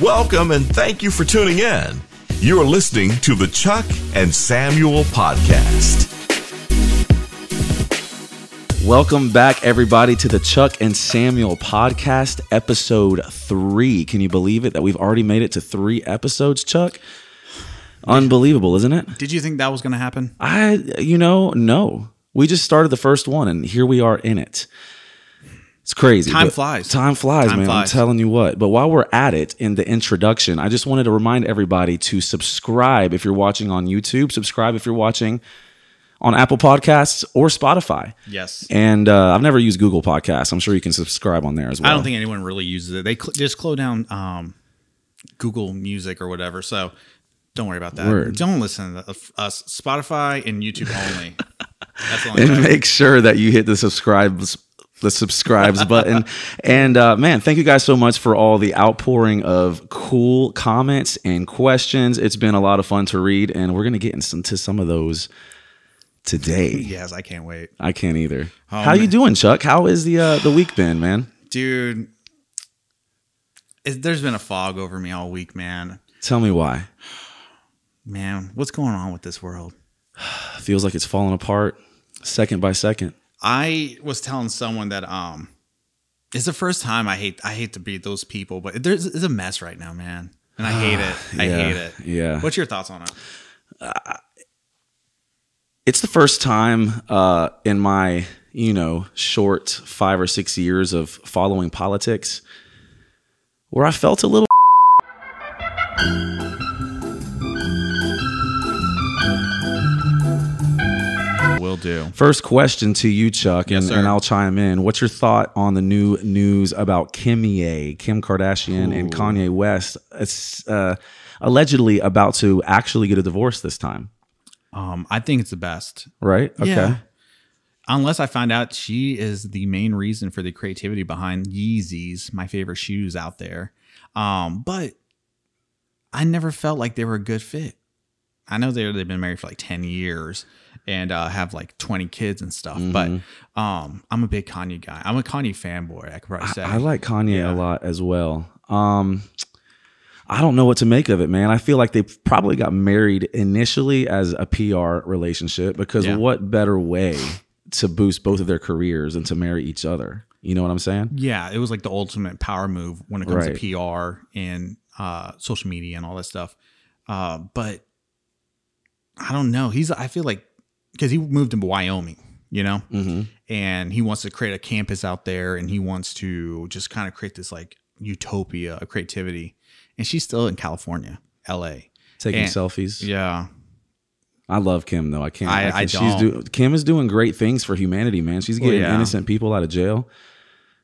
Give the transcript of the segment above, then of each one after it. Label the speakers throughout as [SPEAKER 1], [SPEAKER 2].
[SPEAKER 1] Welcome and thank you for tuning in. You are listening to the Chuck and Samuel Podcast.
[SPEAKER 2] Welcome back, everybody, to the Chuck and Samuel podcast, episode three. Can you believe it that we've already made it to three episodes, Chuck? Unbelievable, isn't it?
[SPEAKER 3] Did you think that was going to happen?
[SPEAKER 2] I, you know, no. We just started the first one and here we are in it. It's crazy.
[SPEAKER 3] Time
[SPEAKER 2] but-
[SPEAKER 3] flies.
[SPEAKER 2] Time flies,
[SPEAKER 3] Time
[SPEAKER 2] man.
[SPEAKER 3] flies.
[SPEAKER 2] I'm telling you what. But while we're at it in the introduction, I just wanted to remind everybody to subscribe if you're watching on YouTube, subscribe if you're watching on Apple Podcasts or Spotify.
[SPEAKER 3] Yes.
[SPEAKER 2] And uh, I've never used Google Podcasts. I'm sure you can subscribe on there as well.
[SPEAKER 3] I don't think anyone really uses it. They cl- just close down um, Google Music or whatever. So don't worry about that.
[SPEAKER 2] Word.
[SPEAKER 3] Don't listen to us. Spotify and YouTube only. That's the only
[SPEAKER 2] and
[SPEAKER 3] thing.
[SPEAKER 2] make sure that you hit the subscribes the subscribes button and uh, man thank you guys so much for all the outpouring of cool comments and questions it's been a lot of fun to read and we're gonna get into some, to some of those today
[SPEAKER 3] Yes, I can't wait.
[SPEAKER 2] i can't either
[SPEAKER 3] Oh,
[SPEAKER 2] how you doing chuck how is the uh, the week been man
[SPEAKER 3] Dude, it, there's been a fog over me all week, man.
[SPEAKER 2] tell me why
[SPEAKER 3] Man, what's going on with this world?
[SPEAKER 2] feels like it's falling apart second by second
[SPEAKER 3] I was telling someone that um it's the first time I hate I hate to be those people, but there's it's a mess right now, man. And I hate it. I
[SPEAKER 2] Ah, Yeah,
[SPEAKER 3] hate it.
[SPEAKER 2] yeah.
[SPEAKER 3] What's your thoughts on it?
[SPEAKER 2] it's the first time uh, in my you know short five or six years of following politics where i felt a little
[SPEAKER 3] Will do.
[SPEAKER 2] first question to you chuck and,
[SPEAKER 3] Yes, sir.
[SPEAKER 2] and i'll chime in what's your thought on the new news about kimye kim kardashian and kanye west it's uh, allegedly about to actually get a divorce this time
[SPEAKER 3] Um, I think it's the best.
[SPEAKER 2] right
[SPEAKER 3] Yeah. Unless I find out she is the main reason for the creativity behind Yeezys, my favorite shoes out there. Um, but I never felt like they were a good fit. I know they they've been married for like 10 years and uh, have like 20 kids and stuff, but um, I'm a big Kanye guy. I'm a Kanye fanboy, I could probably say.
[SPEAKER 2] I like Kanye a lot as well. Um, I don't know what to make of it, man. I feel like they probably got married initially as a PR relationship because
[SPEAKER 3] Yeah.
[SPEAKER 2] what better way to boost both of their careers than to marry each other? You know what I'm saying?
[SPEAKER 3] Yeah, it was like the ultimate power move when it comes
[SPEAKER 2] Right.
[SPEAKER 3] to PR and uh, social media and all that stuff. Uh, but I don't know. He's I feel like because he moved to Wyoming, you know,
[SPEAKER 2] Mm-hmm.
[SPEAKER 3] and he wants to create a campus out there, and he wants to just kind of create this like utopia of creativity. And she's still in California, L.A.
[SPEAKER 2] Taking
[SPEAKER 3] And-
[SPEAKER 2] selfies.
[SPEAKER 3] Yeah,
[SPEAKER 2] I love Kim though. I can't.
[SPEAKER 3] I-
[SPEAKER 2] can-
[SPEAKER 3] I
[SPEAKER 2] she's do, Kim is doing great things for humanity, man. She's
[SPEAKER 3] Well,
[SPEAKER 2] getting
[SPEAKER 3] yeah.
[SPEAKER 2] innocent people out of jail.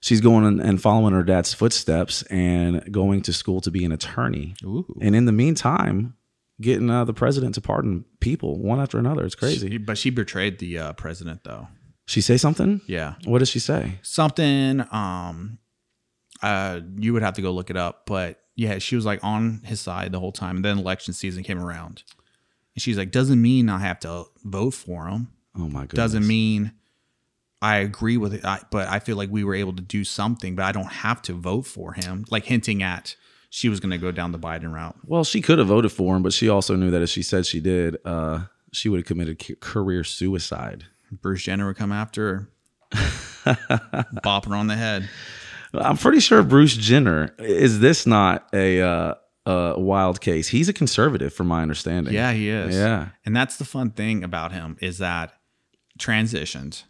[SPEAKER 2] She's going and- and following her dad's footsteps and going to school to be an attorney.
[SPEAKER 3] ooh,
[SPEAKER 2] And in the meantime, getting uh, the president to pardon people one after another. It's crazy.
[SPEAKER 3] She- but she betrayed the uh, president though.
[SPEAKER 2] She say something?
[SPEAKER 3] Yeah,
[SPEAKER 2] What does she say?
[SPEAKER 3] something um uh you would have to go look it up but yeah she was like on his side the whole time and then election season came around and she's like doesn't mean i have to vote for him
[SPEAKER 2] Oh my goodness.
[SPEAKER 3] doesn't mean i agree with it I, but i feel like we were able to do something but i don't have to vote for him like hinting at she was going to go down the biden route
[SPEAKER 2] Well, she could have voted for him, but she also knew that if she said she did, uh, she would have committed ca- career suicide.
[SPEAKER 3] bruce jenner would come after her bop her on the head
[SPEAKER 2] I'm pretty sure Bruce Jenner is this not a uh, a wild case? He's a conservative, from my understanding.
[SPEAKER 3] Yeah, he is.
[SPEAKER 2] Yeah.
[SPEAKER 3] And that's the fun thing about him is that transitioned,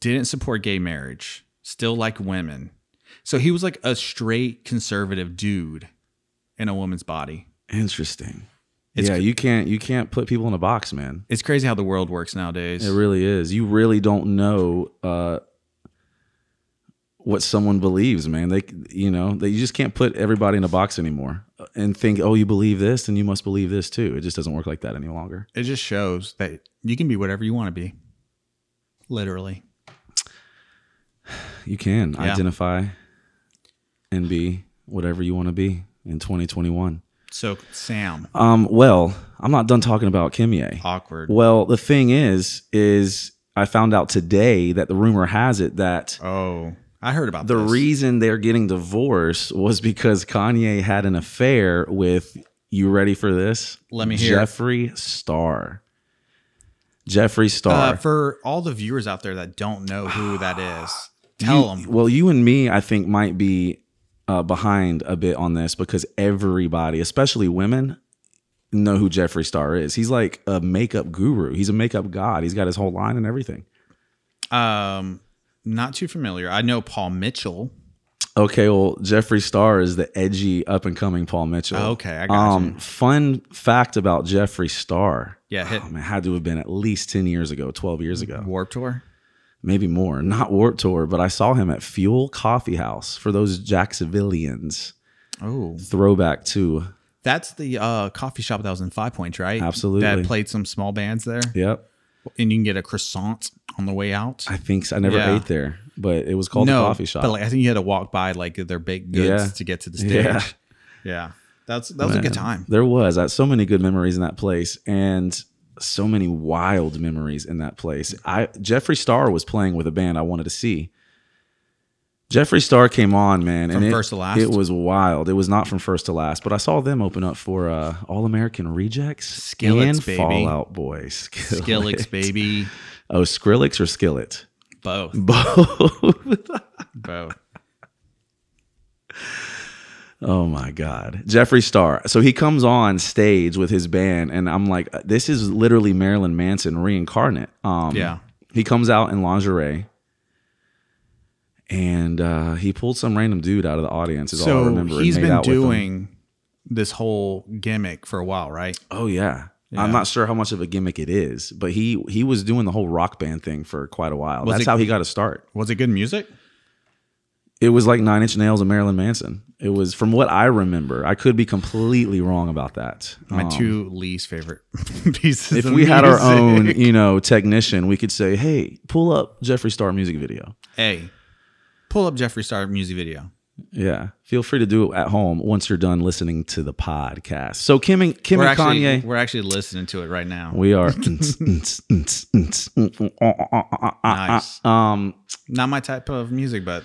[SPEAKER 3] didn't support gay marriage, still like women. So he was like a straight conservative dude in a woman's body.
[SPEAKER 2] Interesting.
[SPEAKER 3] It's
[SPEAKER 2] yeah, you can't you can't put people in a box, man.
[SPEAKER 3] It's crazy how the world works nowadays.
[SPEAKER 2] It really is. You really don't know uh, what someone believes, man. They, you know, they, you just can't put everybody in a box anymore and think, oh, you believe this, then you must believe this too. It just doesn't work like that any longer.
[SPEAKER 3] it just shows that you can be whatever you want to be. Literally.
[SPEAKER 2] You can
[SPEAKER 3] Yeah.
[SPEAKER 2] identify and be whatever you want to be in 2021.
[SPEAKER 3] So Sam,
[SPEAKER 2] Um, well, I'm not done talking about Kimye.
[SPEAKER 3] awkward.
[SPEAKER 2] Well, the thing is, is I found out today that the rumor has it that
[SPEAKER 3] Oh, I heard about
[SPEAKER 2] the
[SPEAKER 3] this.
[SPEAKER 2] reason they're getting divorced was because Kanye had an affair with you ready for this?
[SPEAKER 3] Let me hear it.
[SPEAKER 2] Jeffree Star. Jeffree Star.
[SPEAKER 3] Uh, for all the viewers out there that don't know who that is, tell them.
[SPEAKER 2] well, you and me, I think, might be uh, behind a bit on this because everybody, especially women, know who Jeffree Star is. He's like a makeup guru. He's a makeup god. He's got his whole line and everything.
[SPEAKER 3] Um, not too familiar. I know Paul Mitchell.
[SPEAKER 2] Okay, well, Jeffree Star is the edgy up and coming Paul Mitchell.
[SPEAKER 3] Oh,
[SPEAKER 2] Um,
[SPEAKER 3] Okay, I got you.
[SPEAKER 2] Fun fact about Jeffree Star.
[SPEAKER 3] Yeah, hit Mm-hmm.
[SPEAKER 2] Oh man, had to have been at least 10 years ago, 12 years ago,
[SPEAKER 3] Warp Tour.
[SPEAKER 2] maybe more. Not Warp Tour, but I saw him at Fuel Coffee House for those Jacksonvillians.
[SPEAKER 3] Oh,
[SPEAKER 2] Throwback to.
[SPEAKER 3] that's the uh, coffee shop that was in Five Points, right?
[SPEAKER 2] Absolutely.
[SPEAKER 3] That played some small bands there,
[SPEAKER 2] Yep.
[SPEAKER 3] and you can get a croissant on the way out.
[SPEAKER 2] I think so. I never
[SPEAKER 3] Yeah.
[SPEAKER 2] ate there, but it was called a coffee shop.
[SPEAKER 3] But like, I think you had to walk by like their baked goods
[SPEAKER 2] Yeah.
[SPEAKER 3] to get to the stage.
[SPEAKER 2] Yeah.
[SPEAKER 3] Yeah, that's that was a good time.
[SPEAKER 2] There was. I had so many good memories in that place and so many wild memories in that place. I Jeffree Star was playing with a band I wanted to see. Jeffree Star came on, man,
[SPEAKER 3] From
[SPEAKER 2] and it-
[SPEAKER 3] First to Last?
[SPEAKER 2] It was wild. It was not from first to last, but I saw them open up for uh, All American Rejects,
[SPEAKER 3] Skillets,
[SPEAKER 2] and
[SPEAKER 3] baby.
[SPEAKER 2] Fallout Boys, Skillets.
[SPEAKER 3] Skillix, baby,
[SPEAKER 2] Oh, Skrillex or Skillet?
[SPEAKER 3] both,
[SPEAKER 2] Both.
[SPEAKER 3] both.
[SPEAKER 2] Oh my God. Jeffree Star. So he comes on stage with his band, and I'm like, this is literally Marilyn Manson reincarnate. Um,
[SPEAKER 3] Yeah.
[SPEAKER 2] He comes out in lingerie, and uh, he pulled some random dude out of the audience. Is all I
[SPEAKER 3] So
[SPEAKER 2] remember. and
[SPEAKER 3] he's
[SPEAKER 2] made
[SPEAKER 3] been
[SPEAKER 2] out with him.
[SPEAKER 3] doing this whole gimmick for a while, right?
[SPEAKER 2] Oh yeah.
[SPEAKER 3] Yeah.
[SPEAKER 2] I'm not sure how much of a gimmick it is, but he he was doing the whole rock band thing for quite a while.
[SPEAKER 3] Was
[SPEAKER 2] That's
[SPEAKER 3] it-
[SPEAKER 2] how he got his start.
[SPEAKER 3] Was it good music?
[SPEAKER 2] It was like Nine Inch Nails and Marilyn Manson. It was from what I remember. I could be completely wrong about that.
[SPEAKER 3] My
[SPEAKER 2] Um,
[SPEAKER 3] two least favorite pieces.
[SPEAKER 2] if
[SPEAKER 3] of
[SPEAKER 2] we had our
[SPEAKER 3] music.
[SPEAKER 2] own, you know, technician, we could say, "Hey, pull up Jeffree Star music video."
[SPEAKER 3] hey, pull up Jeffree Star music video.
[SPEAKER 2] Yeah, feel free to do it at home once you're done listening to the podcast. So Kim and Kim
[SPEAKER 3] We're
[SPEAKER 2] and
[SPEAKER 3] actually
[SPEAKER 2] Kanye,
[SPEAKER 3] we're actually listening to it right now.
[SPEAKER 2] we are. nice.
[SPEAKER 3] Nice.
[SPEAKER 2] Um,
[SPEAKER 3] Not my type of music, but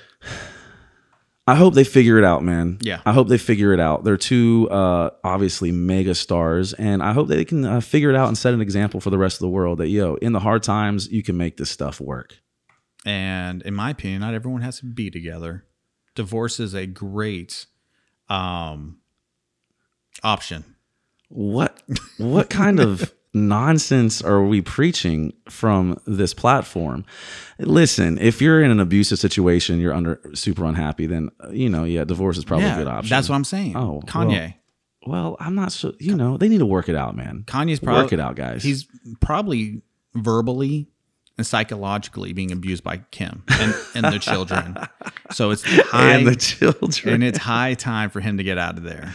[SPEAKER 2] I hope they figure it out, man.
[SPEAKER 3] Yeah.
[SPEAKER 2] I hope they figure it out. They're two uh, obviously mega stars, and I hope that they can uh, figure it out and set an example for the rest of the world that yo, in the hard times, you can make this stuff work.
[SPEAKER 3] and in my opinion, not everyone has to be together. Divorce is a great um option.
[SPEAKER 2] what what kind of nonsense are we preaching from this platform listen if you're in an abusive situation you're under super unhappy then uh, you know yeah divorce is probably a good option
[SPEAKER 3] That's what I'm saying.
[SPEAKER 2] Oh,
[SPEAKER 3] Kanye.
[SPEAKER 2] well i'm not sure you know they need to work it out man
[SPEAKER 3] Kanye's probably
[SPEAKER 2] work it out guys
[SPEAKER 3] He's probably verbally and psychologically being abused by Kim and, and the children. So it's high
[SPEAKER 2] and the
[SPEAKER 3] and
[SPEAKER 2] children
[SPEAKER 3] it's high time for him to get out of there.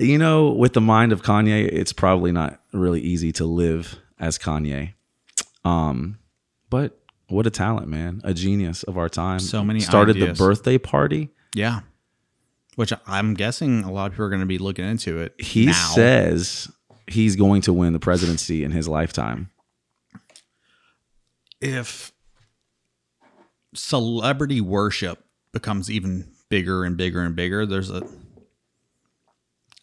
[SPEAKER 2] you know with the mind of kanye it's probably not really easy to live as kanye um but what a talent man a genius of our time
[SPEAKER 3] So many
[SPEAKER 2] started
[SPEAKER 3] ideas.
[SPEAKER 2] the birthday party
[SPEAKER 3] Yeah. Which I'm guessing a lot of people are going to be looking into it.
[SPEAKER 2] he
[SPEAKER 3] now.
[SPEAKER 2] says he's going to win the presidency in his lifetime.
[SPEAKER 3] if celebrity worship becomes even bigger and bigger and bigger, there's a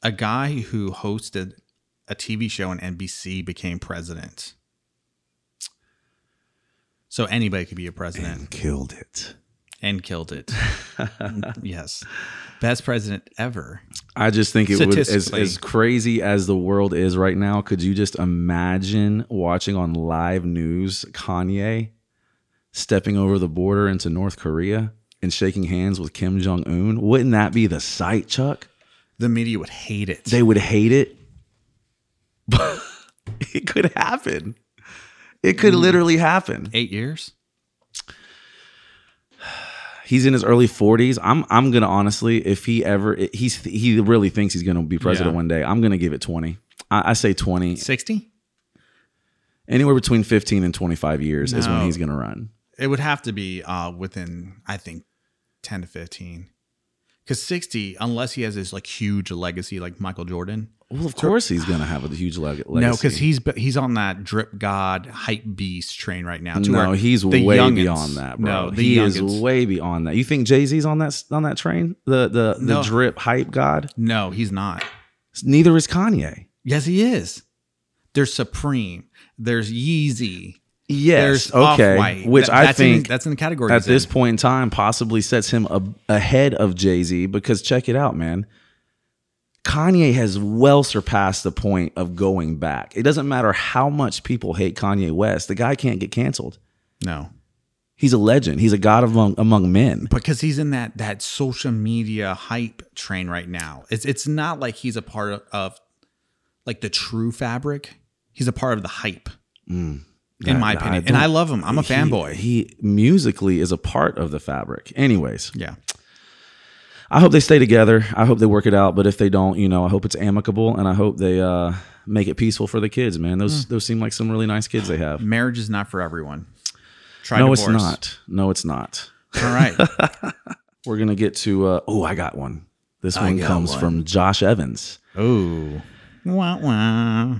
[SPEAKER 3] a guy who hosted a TV show on NBC became president. So anybody could be a president
[SPEAKER 2] Killed it.
[SPEAKER 3] and killed it. yes. Best president ever.
[SPEAKER 2] I just think it would as,
[SPEAKER 3] Statistically.
[SPEAKER 2] as crazy as the world is right now. Could you just imagine watching on live news Kanye stepping over the border into North Korea and shaking hands with Kim Jong Un? Wouldn't that be the sight, Chuck?
[SPEAKER 3] The media would hate it.
[SPEAKER 2] They would hate it. But it could happen. It could literally happen.
[SPEAKER 3] 8 years?
[SPEAKER 2] he's in his early 40s. I'm I'm gonna honestly, if he ever he's he really thinks he's gonna be president
[SPEAKER 3] Yeah.
[SPEAKER 2] one day. I'm gonna give it 20. I, I say 20.
[SPEAKER 3] 60?
[SPEAKER 2] Anywhere between 15 and 25 years is when
[SPEAKER 3] No.
[SPEAKER 2] he's gonna run.
[SPEAKER 3] It would have to be uh, within, I think, ten to fifteen, because sixty, unless he has this like huge legacy like Michael Jordan,
[SPEAKER 2] Well, of course he's gonna have a huge leg- legacy.
[SPEAKER 3] No, because he's he's on that drip god hype beast train right now. to
[SPEAKER 2] no,
[SPEAKER 3] where
[SPEAKER 2] he's
[SPEAKER 3] the
[SPEAKER 2] way
[SPEAKER 3] youngins-
[SPEAKER 2] beyond that, bro.
[SPEAKER 3] No, the
[SPEAKER 2] he
[SPEAKER 3] youngins.
[SPEAKER 2] is way beyond that. You think Jay Z's on that s- on that train? The the the
[SPEAKER 3] No.
[SPEAKER 2] drip hype god.
[SPEAKER 3] no, he's not.
[SPEAKER 2] Neither is Kanye.
[SPEAKER 3] Yes, he is. There's Supreme. There's Yeezy.
[SPEAKER 2] Yes,
[SPEAKER 3] There's
[SPEAKER 2] okay.
[SPEAKER 3] Off-White.
[SPEAKER 2] Which
[SPEAKER 3] That-
[SPEAKER 2] I
[SPEAKER 3] that's in-
[SPEAKER 2] think
[SPEAKER 3] that's in the category.
[SPEAKER 2] at
[SPEAKER 3] he's in.
[SPEAKER 2] this point in time possibly sets him a, ahead of Jay Z because check it out, man. Kanye has well surpassed the point of going back. It doesn't matter how much people hate Kanye West, the guy can't get canceled.
[SPEAKER 3] no,
[SPEAKER 2] He's a legend. He's a god among among men.
[SPEAKER 3] because he's in that that social media hype train right now. It's it's not like he's a part of, of like the true fabric. He's a part of the hype, in
[SPEAKER 2] Mm. I-
[SPEAKER 3] my
[SPEAKER 2] I
[SPEAKER 3] opinion. and I
[SPEAKER 2] don't-
[SPEAKER 3] love him. I'm a
[SPEAKER 2] He-
[SPEAKER 3] fanboy.
[SPEAKER 2] He musically is a part of the fabric. Anyways,
[SPEAKER 3] yeah.
[SPEAKER 2] I hope they stay together. I hope they work it out. But if they don't, you know, I hope it's amicable and I hope they uh, make it peaceful for the kids, man. Those
[SPEAKER 3] Hmm.
[SPEAKER 2] those seem like some really nice kids they have.
[SPEAKER 3] Marriage is not for everyone. Try
[SPEAKER 2] no,
[SPEAKER 3] divorce.
[SPEAKER 2] it's not. No, it's not.
[SPEAKER 3] All right.
[SPEAKER 2] We're gonna get to. Uh, oh, I got one. This one
[SPEAKER 3] got
[SPEAKER 2] comes
[SPEAKER 3] one.
[SPEAKER 2] from Josh Evans.
[SPEAKER 3] Ooh. Wah, wah.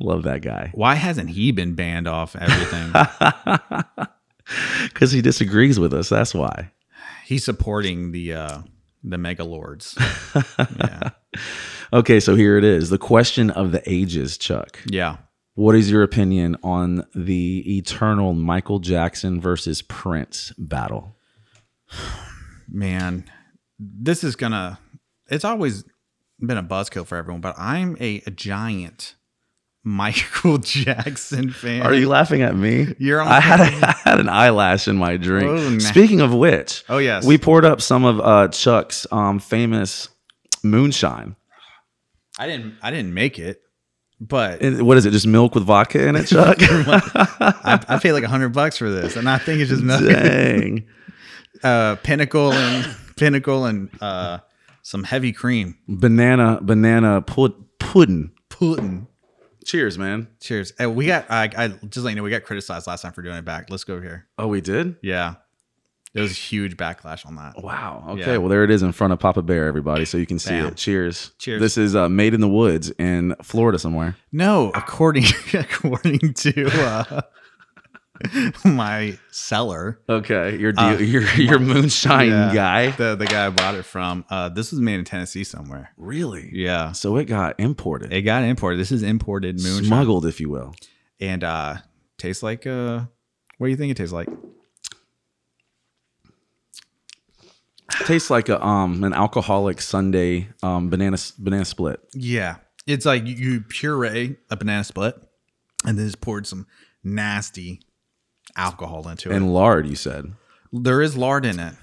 [SPEAKER 2] Love that guy
[SPEAKER 3] Why hasn't he been banned off everything?
[SPEAKER 2] because he disagrees with us. That's why.
[SPEAKER 3] He's supporting the uh the mega lords. yeah.
[SPEAKER 2] Okay, so here it is. The question of the ages, Chuck.
[SPEAKER 3] Yeah.
[SPEAKER 2] What is your opinion on the eternal Michael Jackson versus Prince battle?
[SPEAKER 3] Man, this is gonna it's always been a buzzkill for everyone, but I'm a, a giant Michael Jackson fan.
[SPEAKER 2] Are you laughing at me?
[SPEAKER 3] You're on
[SPEAKER 2] I had a, I had an eyelash in my drink.
[SPEAKER 3] Oh, nah.
[SPEAKER 2] Speaking of which,
[SPEAKER 3] Oh yes.
[SPEAKER 2] we poured up some of uh, Chuck's um, famous moonshine.
[SPEAKER 3] I didn't I didn't make it, but
[SPEAKER 2] And what is it? Just milk with vodka in it, Chuck?
[SPEAKER 3] I, I paid like a hundred bucks for this, and I think it's just nothing.
[SPEAKER 2] Dang.
[SPEAKER 3] uh, pinnacle and pinnacle and uh, some heavy cream
[SPEAKER 2] Banana, banana pud- pudding.
[SPEAKER 3] Putin.
[SPEAKER 2] Cheers, man.
[SPEAKER 3] Cheers. Uh, we got I, I just let you know we got criticized last time for doing it back. Let's go over here.
[SPEAKER 2] Oh, we did?
[SPEAKER 3] Yeah, there was a huge backlash on that.
[SPEAKER 2] Wow. Okay.
[SPEAKER 3] Yeah.
[SPEAKER 2] Well, there it is in front of Papa Bear, everybody, so you can see
[SPEAKER 3] Bam.
[SPEAKER 2] it. Cheers.
[SPEAKER 3] Cheers.
[SPEAKER 2] This is uh, made in the woods in Florida somewhere.
[SPEAKER 3] No, according according to uh, my seller,
[SPEAKER 2] Okay. Your deal, your your moonshine
[SPEAKER 3] yeah,
[SPEAKER 2] guy.
[SPEAKER 3] the the guy I bought it from, uh, this was made in Tennessee somewhere.
[SPEAKER 2] Really?
[SPEAKER 3] Yeah,
[SPEAKER 2] So it got imported,
[SPEAKER 3] it got imported. This is imported moonshine.
[SPEAKER 2] smuggled, if you will.
[SPEAKER 3] and uh tastes like uh what do you think it tastes like
[SPEAKER 2] Tastes like a um an alcoholic Sunday um banana s- banana split.
[SPEAKER 3] yeah it's like you- you puree a banana split and then just poured some nasty alcohol into it
[SPEAKER 2] And lard, you said.
[SPEAKER 3] there is lard in it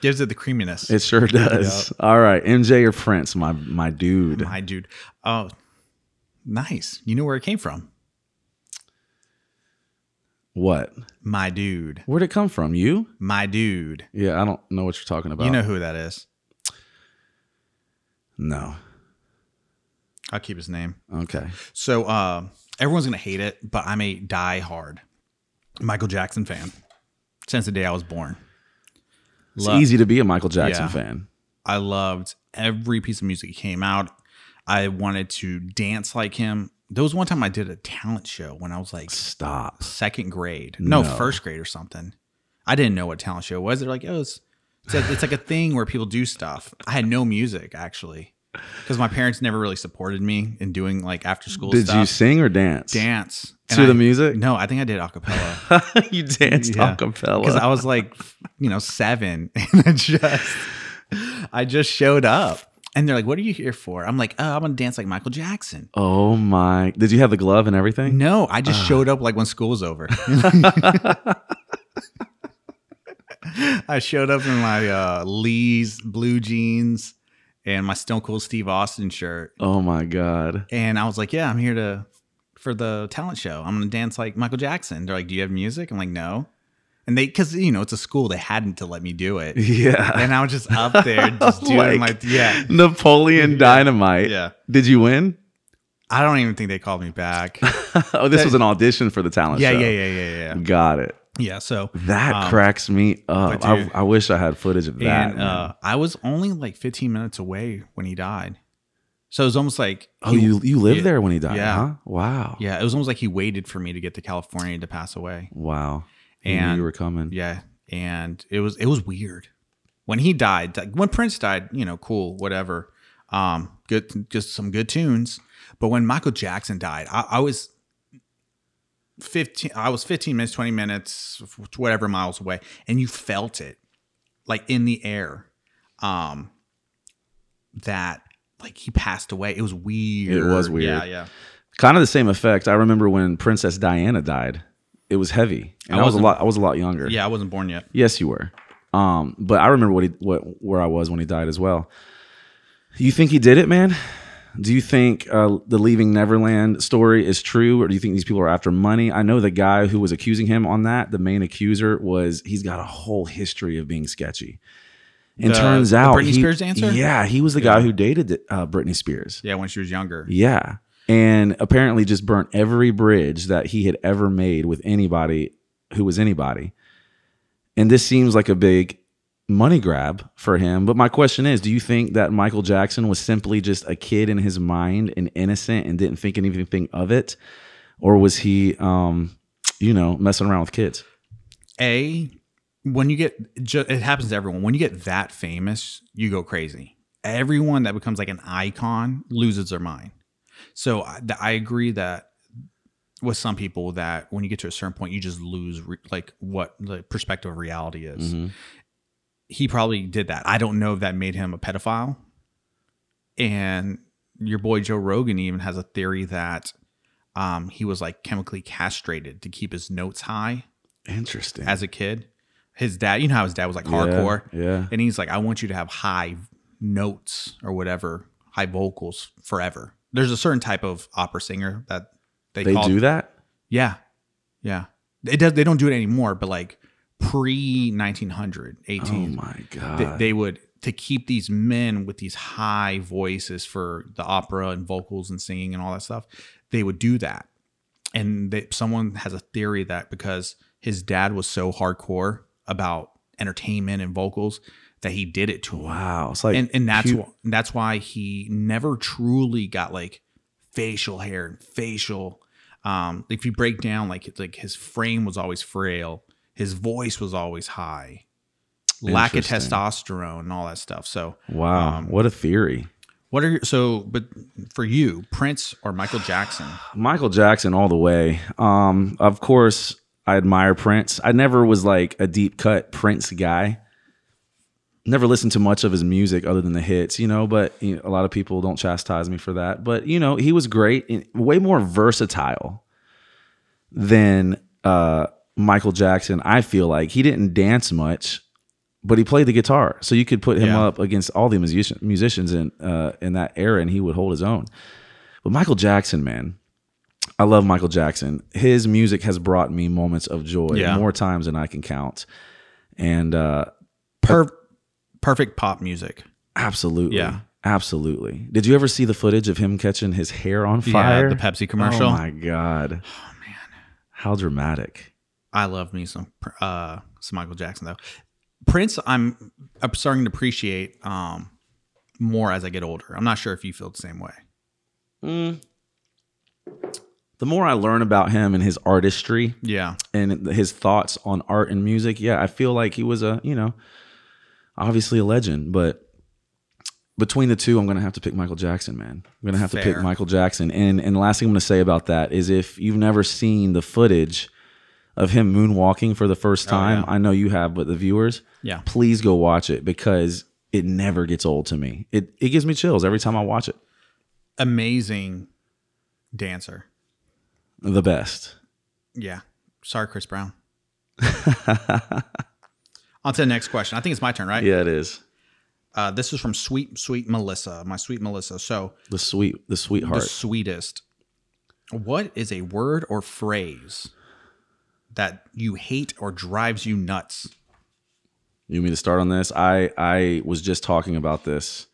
[SPEAKER 3] gives it the creaminess
[SPEAKER 2] It sure does. All right, MJ or Prince, my my dude.
[SPEAKER 3] my dude oh nice you know where it came from
[SPEAKER 2] What?
[SPEAKER 3] my dude
[SPEAKER 2] Where'd it come from? You?
[SPEAKER 3] my dude
[SPEAKER 2] Yeah, I don't know what you're talking about.
[SPEAKER 3] you know who that is
[SPEAKER 2] No.
[SPEAKER 3] i'll keep his name
[SPEAKER 2] Okay.
[SPEAKER 3] so uh everyone's gonna hate it but i'm a diehard michael jackson fan since the day i was born
[SPEAKER 2] It's
[SPEAKER 3] Love-
[SPEAKER 2] easy to be a Michael Jackson
[SPEAKER 3] Yeah.
[SPEAKER 2] fan.
[SPEAKER 3] I loved every piece of music he came out. I wanted to dance like him. There was one time I did a talent show when I was like
[SPEAKER 2] Stop.
[SPEAKER 3] second grade, no,
[SPEAKER 2] No.
[SPEAKER 3] first grade or something. I didn't know what talent show was. They're like, oh, it's it's, a, it's like a thing where people do stuff. I had no music actually because my parents never really supported me in doing like after school
[SPEAKER 2] Did you
[SPEAKER 3] stuff.
[SPEAKER 2] sing or dance?
[SPEAKER 3] dance And
[SPEAKER 2] to
[SPEAKER 3] I-
[SPEAKER 2] the music?
[SPEAKER 3] No, I think I did acapella.
[SPEAKER 2] you danced
[SPEAKER 3] Yeah.
[SPEAKER 2] a cappella.
[SPEAKER 3] because I was like, you know, seven, and I just, I just showed up, and they're like, "What are you here for?" I'm like, "Oh, I'm gonna dance like Michael Jackson."
[SPEAKER 2] oh my. Did you have the glove and everything?
[SPEAKER 3] No, I
[SPEAKER 2] Ah.
[SPEAKER 3] just showed up like when school was over. I showed up in my uh, Lee's blue jeans and my Stone Cold Steve Austin shirt,
[SPEAKER 2] Oh my god.
[SPEAKER 3] and I was like, "Yeah, I'm here to for the talent show. I'm gonna dance like Michael Jackson." They're like, "Do you have music?" I'm like, "No." And they, because you know, it's a school, they hadn't to let me do it.
[SPEAKER 2] Yeah.
[SPEAKER 3] and I was just up there just doing
[SPEAKER 2] Like-
[SPEAKER 3] like, yeah,
[SPEAKER 2] Napoleon Dynamite.
[SPEAKER 3] yeah.
[SPEAKER 2] Did you win?
[SPEAKER 3] I don't even think they called me back.
[SPEAKER 2] oh, this was an audition for the talent
[SPEAKER 3] yeah,
[SPEAKER 2] show.
[SPEAKER 3] yeah, yeah, yeah, yeah.
[SPEAKER 2] Got it.
[SPEAKER 3] Yeah. So
[SPEAKER 2] That
[SPEAKER 3] Um,
[SPEAKER 2] cracks me up.
[SPEAKER 3] but
[SPEAKER 2] I,
[SPEAKER 3] dude-
[SPEAKER 2] I wish I had footage of that.
[SPEAKER 3] and
[SPEAKER 2] man.
[SPEAKER 3] uh, I was only like 15 minutes away when he died. So it was almost like
[SPEAKER 2] Oh, you you lived
[SPEAKER 3] Yeah.
[SPEAKER 2] there when he died,
[SPEAKER 3] Yeah.
[SPEAKER 2] huh? Wow.
[SPEAKER 3] Yeah, it was almost like he waited for me to get to California to pass away.
[SPEAKER 2] Wow. He knew
[SPEAKER 3] And
[SPEAKER 2] you were coming.
[SPEAKER 3] yeah, and it was it was weird when he died. Like when Prince died, you know, cool, whatever. Um, good, just some good tunes. But when Michael Jackson died, I, I was fifteen. I was fifteen minutes, twenty minutes, whatever miles away, and you felt it like in the air. Um, that like he passed away. It was weird. Yeah,
[SPEAKER 2] weird.
[SPEAKER 3] yeah.
[SPEAKER 2] Kind of the same effect. I remember when Princess Diana died. It was heavy, and
[SPEAKER 3] I
[SPEAKER 2] I, was a
[SPEAKER 3] wasn't-
[SPEAKER 2] lot. I was a lot younger.
[SPEAKER 3] Yeah, I wasn't born yet.
[SPEAKER 2] Yes, you were. Um, but I remember what he what where I was when he died as well. You think he did it, man? Do you think uh, the Leaving Neverland story is true, or do you think these people are after money? I know the guy who was accusing him on that, the main accuser, was he's got a whole history of being sketchy. And
[SPEAKER 3] The-
[SPEAKER 2] turns
[SPEAKER 3] the
[SPEAKER 2] out,
[SPEAKER 3] Britney
[SPEAKER 2] he-
[SPEAKER 3] Spears dancer?
[SPEAKER 2] yeah, he was the guy who dated uh, Britney Spears.
[SPEAKER 3] Yeah, when she was younger.
[SPEAKER 2] Yeah. And apparently just burnt every bridge that he had ever made with anybody who was anybody. And this seems like a big money grab for him. But my question is do you think that Michael Jackson was simply just a kid in his mind and innocent and didn't think anything of it? Or was he, um, you know, messing around with kids?
[SPEAKER 3] a when you get ju- it happens to everyone when you get that famous you go crazy everyone that becomes like an icon loses their mind so i, th- I agree that with some people that when you get to a certain point you just lose re- like what the perspective of reality is
[SPEAKER 2] Mm-hmm.
[SPEAKER 3] he probably did that i don't know if that made him a pedophile and your boy joe rogan even has a theory that um, he was like chemically castrated to keep his notes high
[SPEAKER 2] Interesting.
[SPEAKER 3] as a kid. His dad, you know how his dad was like
[SPEAKER 2] Yeah,
[SPEAKER 3] hardcore.
[SPEAKER 2] yeah.
[SPEAKER 3] And he's like, I want you to have high notes or whatever, high vocals forever. There's a certain type of opera singer that they,
[SPEAKER 2] They
[SPEAKER 3] call
[SPEAKER 2] do that?
[SPEAKER 3] Yeah. Yeah. It does they don't do it anymore, but like pre 1900,
[SPEAKER 2] Oh
[SPEAKER 3] 18.
[SPEAKER 2] my God.
[SPEAKER 3] they, they would to keep these men with these high voices for the opera and vocals and singing and all that stuff they would do that and they, someone has a theory that because his dad was so hardcore about entertainment and vocals that he did it to him
[SPEAKER 2] wow. It's like,
[SPEAKER 3] and and that's
[SPEAKER 2] pu-
[SPEAKER 3] why that's why he never truly got like facial hair and facial um if you break down like it's like his frame was always frail his voice was always high lack of
[SPEAKER 2] Interesting.
[SPEAKER 3] testosterone and all that stuff so
[SPEAKER 2] wow.
[SPEAKER 3] um,
[SPEAKER 2] what a theory.
[SPEAKER 3] what are your so but for you prince or michael jackson
[SPEAKER 2] Michael Jackson all the way. Um, of course, I admire Prince. I never was like a deep cut Prince guy. Never listened to much of his music other than the hits, you know. But you know, a lot of people don't chastise me for that. But you know, he was great, and way more versatile than uh, Michael Jackson. I feel like he didn't dance much, but he played the guitar, so you could put him
[SPEAKER 3] Yeah.
[SPEAKER 2] up against all the musician, musicians in uh, in that era, and he would hold his own. But Michael Jackson, man, I love Michael Jackson. His music has brought me moments of joy
[SPEAKER 3] Yeah.
[SPEAKER 2] more times than I can count. And uh
[SPEAKER 3] per perfect pop music
[SPEAKER 2] absolutely.
[SPEAKER 3] Yeah.
[SPEAKER 2] Absolutely. Did you ever see the footage of him catching his hair on fire?
[SPEAKER 3] yeah the pepsi commercial
[SPEAKER 2] Oh my god. Oh man. How dramatic.
[SPEAKER 3] I love me some uh some Michael Jackson though. Prince, I'm I'm starting to appreciate um more as I get older. I'm not sure if you feel the same way.
[SPEAKER 2] The more I learn about him and his artistry
[SPEAKER 3] Yeah,
[SPEAKER 2] and his thoughts on art and music, yeah, I feel like he was a, you know, obviously a legend, but between the two, I'm going to have to pick Michael Jackson, man. I'm going to have to
[SPEAKER 3] Fair.
[SPEAKER 2] pick Michael Jackson. And and the last thing I'm going to say about that is if you've never seen the footage of him moonwalking for the first time, I know you have, but the viewers,
[SPEAKER 3] yeah.
[SPEAKER 2] please go watch it because it never gets old to me. It it gives me chills every time I watch it.
[SPEAKER 3] Amazing dancer.
[SPEAKER 2] The best.
[SPEAKER 3] Yeah. Sorry, Chris Brown. On to the next question. I think it's my turn, right?
[SPEAKER 2] Yeah, it is.
[SPEAKER 3] Uh, this is from sweet, sweet Melissa, my sweet Melissa. So
[SPEAKER 2] The sweet the
[SPEAKER 3] the
[SPEAKER 2] sweetheart.
[SPEAKER 3] sweetest. What is a word or phrase that you hate or drives you nuts?
[SPEAKER 2] You want me to start on this? I I was just talking about this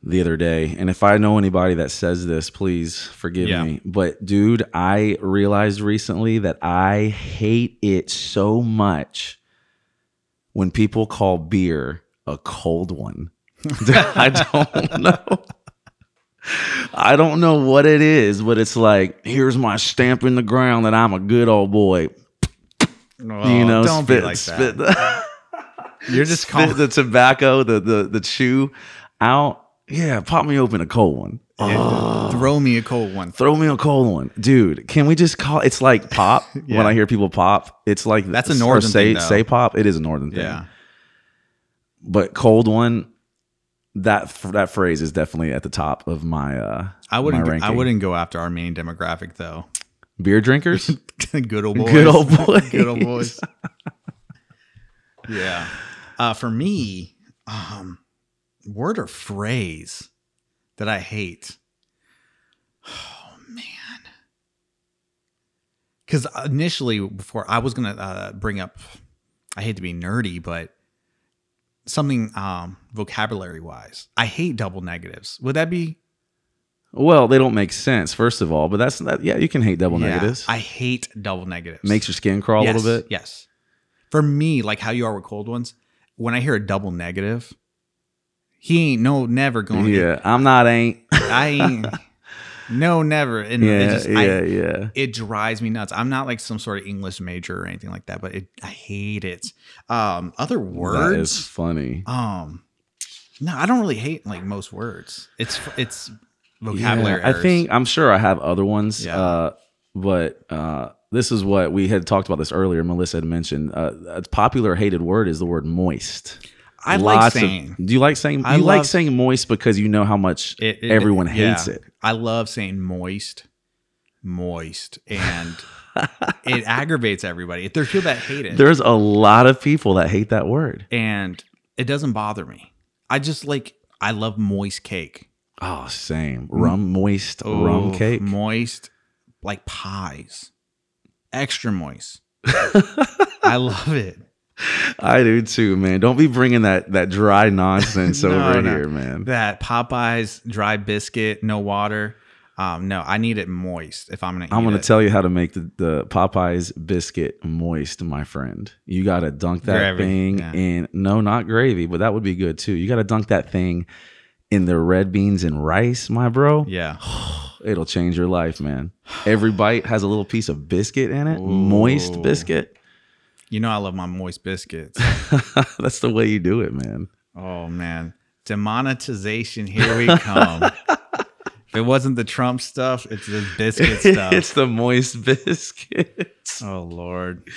[SPEAKER 2] the other day, and if I know anybody that says this, please forgive
[SPEAKER 3] Yeah.
[SPEAKER 2] me. But dude, I realized recently that I hate it so much when people call beer a cold one. I don't know. I don't know what it is, but it's like, here's my stamp in the ground that I'm a good old boy. you know,
[SPEAKER 3] Oh, don't
[SPEAKER 2] spit,
[SPEAKER 3] be like
[SPEAKER 2] spit,
[SPEAKER 3] that.
[SPEAKER 2] the,
[SPEAKER 3] You're just
[SPEAKER 2] spit
[SPEAKER 3] calling.
[SPEAKER 2] the tobacco, the, the the chew out. Yeah, pop me open a cold one.
[SPEAKER 3] throw me a cold one.
[SPEAKER 2] Throw me a cold one, dude. Can we just call? It's like pop.
[SPEAKER 3] Yeah.
[SPEAKER 2] When I hear people pop, it's like
[SPEAKER 3] That's a
[SPEAKER 2] or
[SPEAKER 3] northern
[SPEAKER 2] say,
[SPEAKER 3] thing, though.
[SPEAKER 2] Say pop. It is a northern thing.
[SPEAKER 3] Yeah.
[SPEAKER 2] but cold one that that phrase is definitely at the top of my uh
[SPEAKER 3] I wouldn't.
[SPEAKER 2] my
[SPEAKER 3] Go, I
[SPEAKER 2] ranking.
[SPEAKER 3] wouldn't go after our main demographic though.
[SPEAKER 2] beer drinkers
[SPEAKER 3] good old boys.
[SPEAKER 2] Good old boys.
[SPEAKER 3] good old boys. yeah. Uh, for me, um, word or phrase that I hate. Oh man. Because initially, before I was gonna uh, bring up, I hate to be nerdy, but something um, vocabulary wise, I hate double negatives. Would that be
[SPEAKER 2] well they don't make sense first of all but that's that yeah you can hate double
[SPEAKER 3] Yeah,
[SPEAKER 2] negatives
[SPEAKER 3] I hate double negatives.
[SPEAKER 2] makes your skin crawl a
[SPEAKER 3] Yes,
[SPEAKER 2] little bit
[SPEAKER 3] Yes. For me, like how you are with cold ones, when I hear a double negative, he ain't no never going.
[SPEAKER 2] yeah i'm not ain't
[SPEAKER 3] I ain't no never. And
[SPEAKER 2] yeah
[SPEAKER 3] it just
[SPEAKER 2] yeah
[SPEAKER 3] I,
[SPEAKER 2] yeah
[SPEAKER 3] it drives me nuts. I'm not like some sort of English major or anything like that, but it, I hate it. Um, other words.
[SPEAKER 2] that is funny
[SPEAKER 3] um, no, I don't really hate like most words. It's it's vocabulary.
[SPEAKER 2] Yeah, I
[SPEAKER 3] errors.
[SPEAKER 2] think I'm sure I have other ones.
[SPEAKER 3] Yeah.
[SPEAKER 2] Uh, but uh, this is what we had talked about this earlier. Melissa had mentioned uh, a popular hated word is the word moist.
[SPEAKER 3] I like
[SPEAKER 2] Lots of-
[SPEAKER 3] saying-
[SPEAKER 2] do you like saying?
[SPEAKER 3] I
[SPEAKER 2] you like
[SPEAKER 3] love-
[SPEAKER 2] saying moist because you know how much everyone
[SPEAKER 3] yeah.
[SPEAKER 2] hates it.
[SPEAKER 3] I love saying moist, moist, and it aggravates everybody. If there's people that hate it,
[SPEAKER 2] There's a lot of people that hate that word.
[SPEAKER 3] and it doesn't bother me. I just like I love moist cake,
[SPEAKER 2] Oh, same rum moist
[SPEAKER 3] Oh,
[SPEAKER 2] rum cake.
[SPEAKER 3] moist, like pies, extra moist. I love it.
[SPEAKER 2] I do too, man. Don't be bringing that that dry nonsense
[SPEAKER 3] No,
[SPEAKER 2] over
[SPEAKER 3] no.
[SPEAKER 2] here, man.
[SPEAKER 3] That Popeyes dry biscuit, no water. Um, no, I need it moist if I'm gonna.
[SPEAKER 2] I'm
[SPEAKER 3] eat
[SPEAKER 2] gonna
[SPEAKER 3] it.
[SPEAKER 2] tell you how to make the, the Popeyes biscuit moist, my friend. You gotta dunk that
[SPEAKER 3] Gravy,
[SPEAKER 2] thing
[SPEAKER 3] yeah.
[SPEAKER 2] in no, not gravy, but that would be good too. You gotta dunk that thing in the red beans and rice, my bro.
[SPEAKER 3] Yeah.
[SPEAKER 2] It'll change your life, man. Every bite has a little piece of biscuit in it, moist
[SPEAKER 3] Ooh.
[SPEAKER 2] biscuit.
[SPEAKER 3] You know I love my moist biscuits.
[SPEAKER 2] That's the way you do it, man.
[SPEAKER 3] Oh man, demonetization! Here we come. if it wasn't the Trump stuff, it's the biscuit stuff.
[SPEAKER 2] it's the moist biscuits.
[SPEAKER 3] oh lord,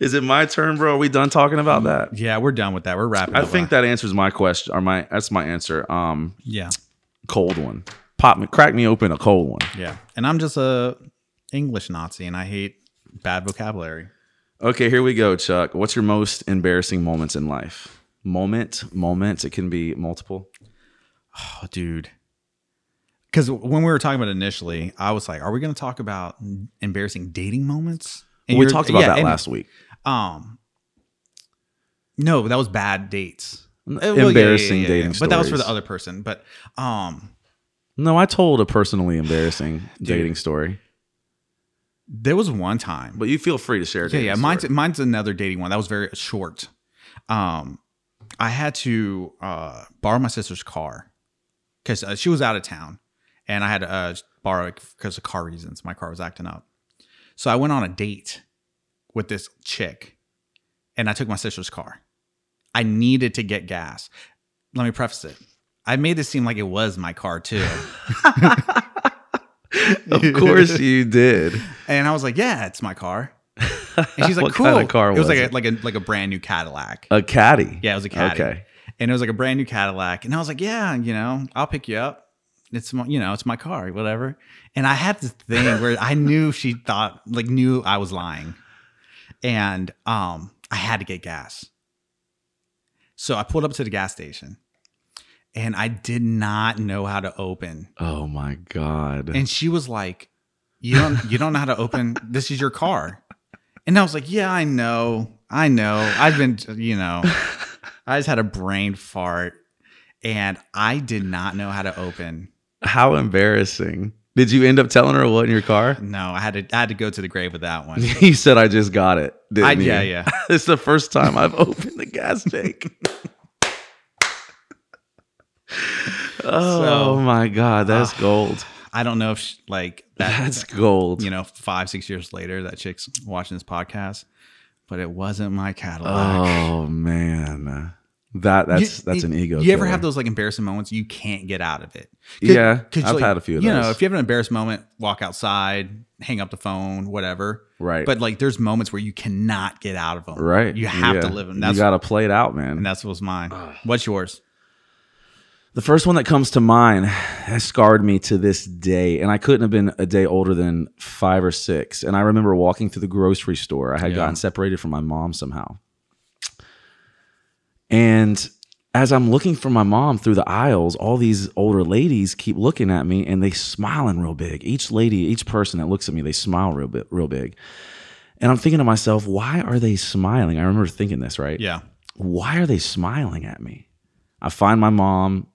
[SPEAKER 2] Is it my turn, bro? Are we done talking about that?
[SPEAKER 3] yeah, we're done with that. We're wrapping.
[SPEAKER 2] I
[SPEAKER 3] up
[SPEAKER 2] think
[SPEAKER 3] on-
[SPEAKER 2] that answers my question. Or my that's my answer. Um,
[SPEAKER 3] Yeah,
[SPEAKER 2] cold one. Pop me, crack me open a cold one.
[SPEAKER 3] yeah, and I'm just a English Nazi, and I hate bad vocabulary.
[SPEAKER 2] Okay, here we go, Chuck. What's your most embarrassing moments in life? Moment, moments. It can be multiple.
[SPEAKER 3] Oh, dude. Because when we were talking about it initially, I was like, "Are we going to talk about embarrassing dating moments?" And
[SPEAKER 2] we
[SPEAKER 3] you're-
[SPEAKER 2] talked about
[SPEAKER 3] yeah,
[SPEAKER 2] that
[SPEAKER 3] and-
[SPEAKER 2] last week.
[SPEAKER 3] Um, no, that was bad dates.
[SPEAKER 2] embarrassing dating
[SPEAKER 3] But that was for the
[SPEAKER 2] stories.
[SPEAKER 3] other person. But um,
[SPEAKER 2] No, I told a personally embarrassing dating story,
[SPEAKER 3] There was one time.
[SPEAKER 2] but you feel free to share. a
[SPEAKER 3] yeah,
[SPEAKER 2] dating
[SPEAKER 3] yeah. Mine's
[SPEAKER 2] story.
[SPEAKER 3] mine's another dating one. That was very short. Um, I had to uh, borrow my sister's car because uh, she was out of town, and I had to uh, borrow it because of car reasons. My car was acting up, so I went on a date with this chick, and I took my sister's car. I needed to get gas. Let me preface it. I made this seem like it was my car too.
[SPEAKER 2] of course you did.
[SPEAKER 3] And I was like, "Yeah, it's my car." And she's like,
[SPEAKER 2] What
[SPEAKER 3] "Cool."
[SPEAKER 2] kind of car
[SPEAKER 3] it was
[SPEAKER 2] was
[SPEAKER 3] like
[SPEAKER 2] it?
[SPEAKER 3] a like a like a brand new Cadillac.
[SPEAKER 2] A caddy.
[SPEAKER 3] yeah, it was a Caddy.
[SPEAKER 2] Okay.
[SPEAKER 3] And it was like a brand new Cadillac. And I was like, "Yeah, you know, I'll pick you up. It's my, you know, it's my car, whatever." And I had this thing where I knew she thought like knew I was lying, and um, I had to get gas. So I pulled up to the gas station, and I did not know how to open
[SPEAKER 2] Oh my god.
[SPEAKER 3] and she was like, "You don't, you don't know how to open. This is your car." And I was like, "Yeah, I know, I know. I've been, you know, I just had a brain fart, and I did not know how to open.
[SPEAKER 2] How embarrassing. Did you end up telling her what in your car?
[SPEAKER 3] No, I had to, I had to go to the grave with that one.
[SPEAKER 2] He said, "I just got it." Didn't
[SPEAKER 3] I,
[SPEAKER 2] you?
[SPEAKER 3] yeah, yeah.
[SPEAKER 2] it's the first time I've opened the gas tank. Oh
[SPEAKER 3] So-
[SPEAKER 2] my God, that's gold.
[SPEAKER 3] I don't know if sh like that,
[SPEAKER 2] That's gold.
[SPEAKER 3] you know, five six years later, that chick's watching this podcast, but it wasn't my Cadillac.
[SPEAKER 2] oh man, that that's
[SPEAKER 3] You-
[SPEAKER 2] that's an ego.
[SPEAKER 3] You ever
[SPEAKER 2] killer.
[SPEAKER 3] have those like embarrassing moments you can't get out of it?
[SPEAKER 2] Yeah, I've
[SPEAKER 3] like,
[SPEAKER 2] had a few of
[SPEAKER 3] you
[SPEAKER 2] those.
[SPEAKER 3] know, if you have an embarrassed moment, walk outside, hang up the phone, whatever.
[SPEAKER 2] Right.
[SPEAKER 3] But like, there's moments where you cannot get out of them.
[SPEAKER 2] right?
[SPEAKER 3] You have to
[SPEAKER 2] Yeah.
[SPEAKER 3] live them. That's
[SPEAKER 2] you got to play it out, man.
[SPEAKER 3] and that's what was mine. What's yours?
[SPEAKER 2] The first one that comes to mind has scarred me to this day, and I couldn't have been a day older than five or six. And I remember walking through the grocery store. I had
[SPEAKER 3] Yeah.
[SPEAKER 2] gotten separated from my mom somehow, and as I'm looking for my mom through the aisles, all these older ladies keep looking at me, and they smiling real big. Each lady, each person that looks at me, they smile real bit, real big. And I'm thinking to myself, why are they smiling? I remember thinking this, right?
[SPEAKER 3] Yeah.
[SPEAKER 2] why are they smiling at me? I find my mom.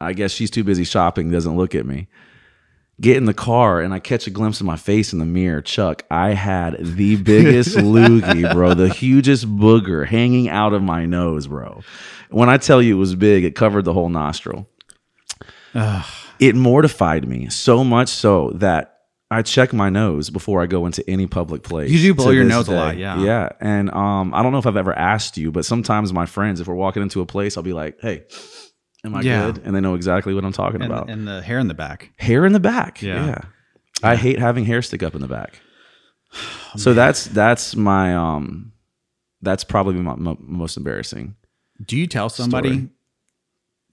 [SPEAKER 2] I guess she's too busy shopping, doesn't look at me. Get in the car and I catch a glimpse of my face in the mirror. Chuck, I had the biggest loogie, bro, the hugest booger hanging out of my nose, bro. When I tell you it was big, it covered the whole nostril. It mortified me so much so that I check my nose before I go into any public place.
[SPEAKER 3] You do blow
[SPEAKER 2] to
[SPEAKER 3] your
[SPEAKER 2] this
[SPEAKER 3] nose a lot, yeah.
[SPEAKER 2] Yeah. And um, I don't know if I've ever asked you, but sometimes my friends, if we're walking into a place, I'll be like, hey, am I
[SPEAKER 3] Yeah.
[SPEAKER 2] good? And they know exactly what I'm talking
[SPEAKER 3] And,
[SPEAKER 2] about.
[SPEAKER 3] and the hair in the back.
[SPEAKER 2] hair in the back. Yeah.
[SPEAKER 3] Yeah.
[SPEAKER 2] I hate having hair stick up in the back. so that's that's my um that's probably my, my most embarrassing.
[SPEAKER 3] Do you tell somebody
[SPEAKER 2] Story.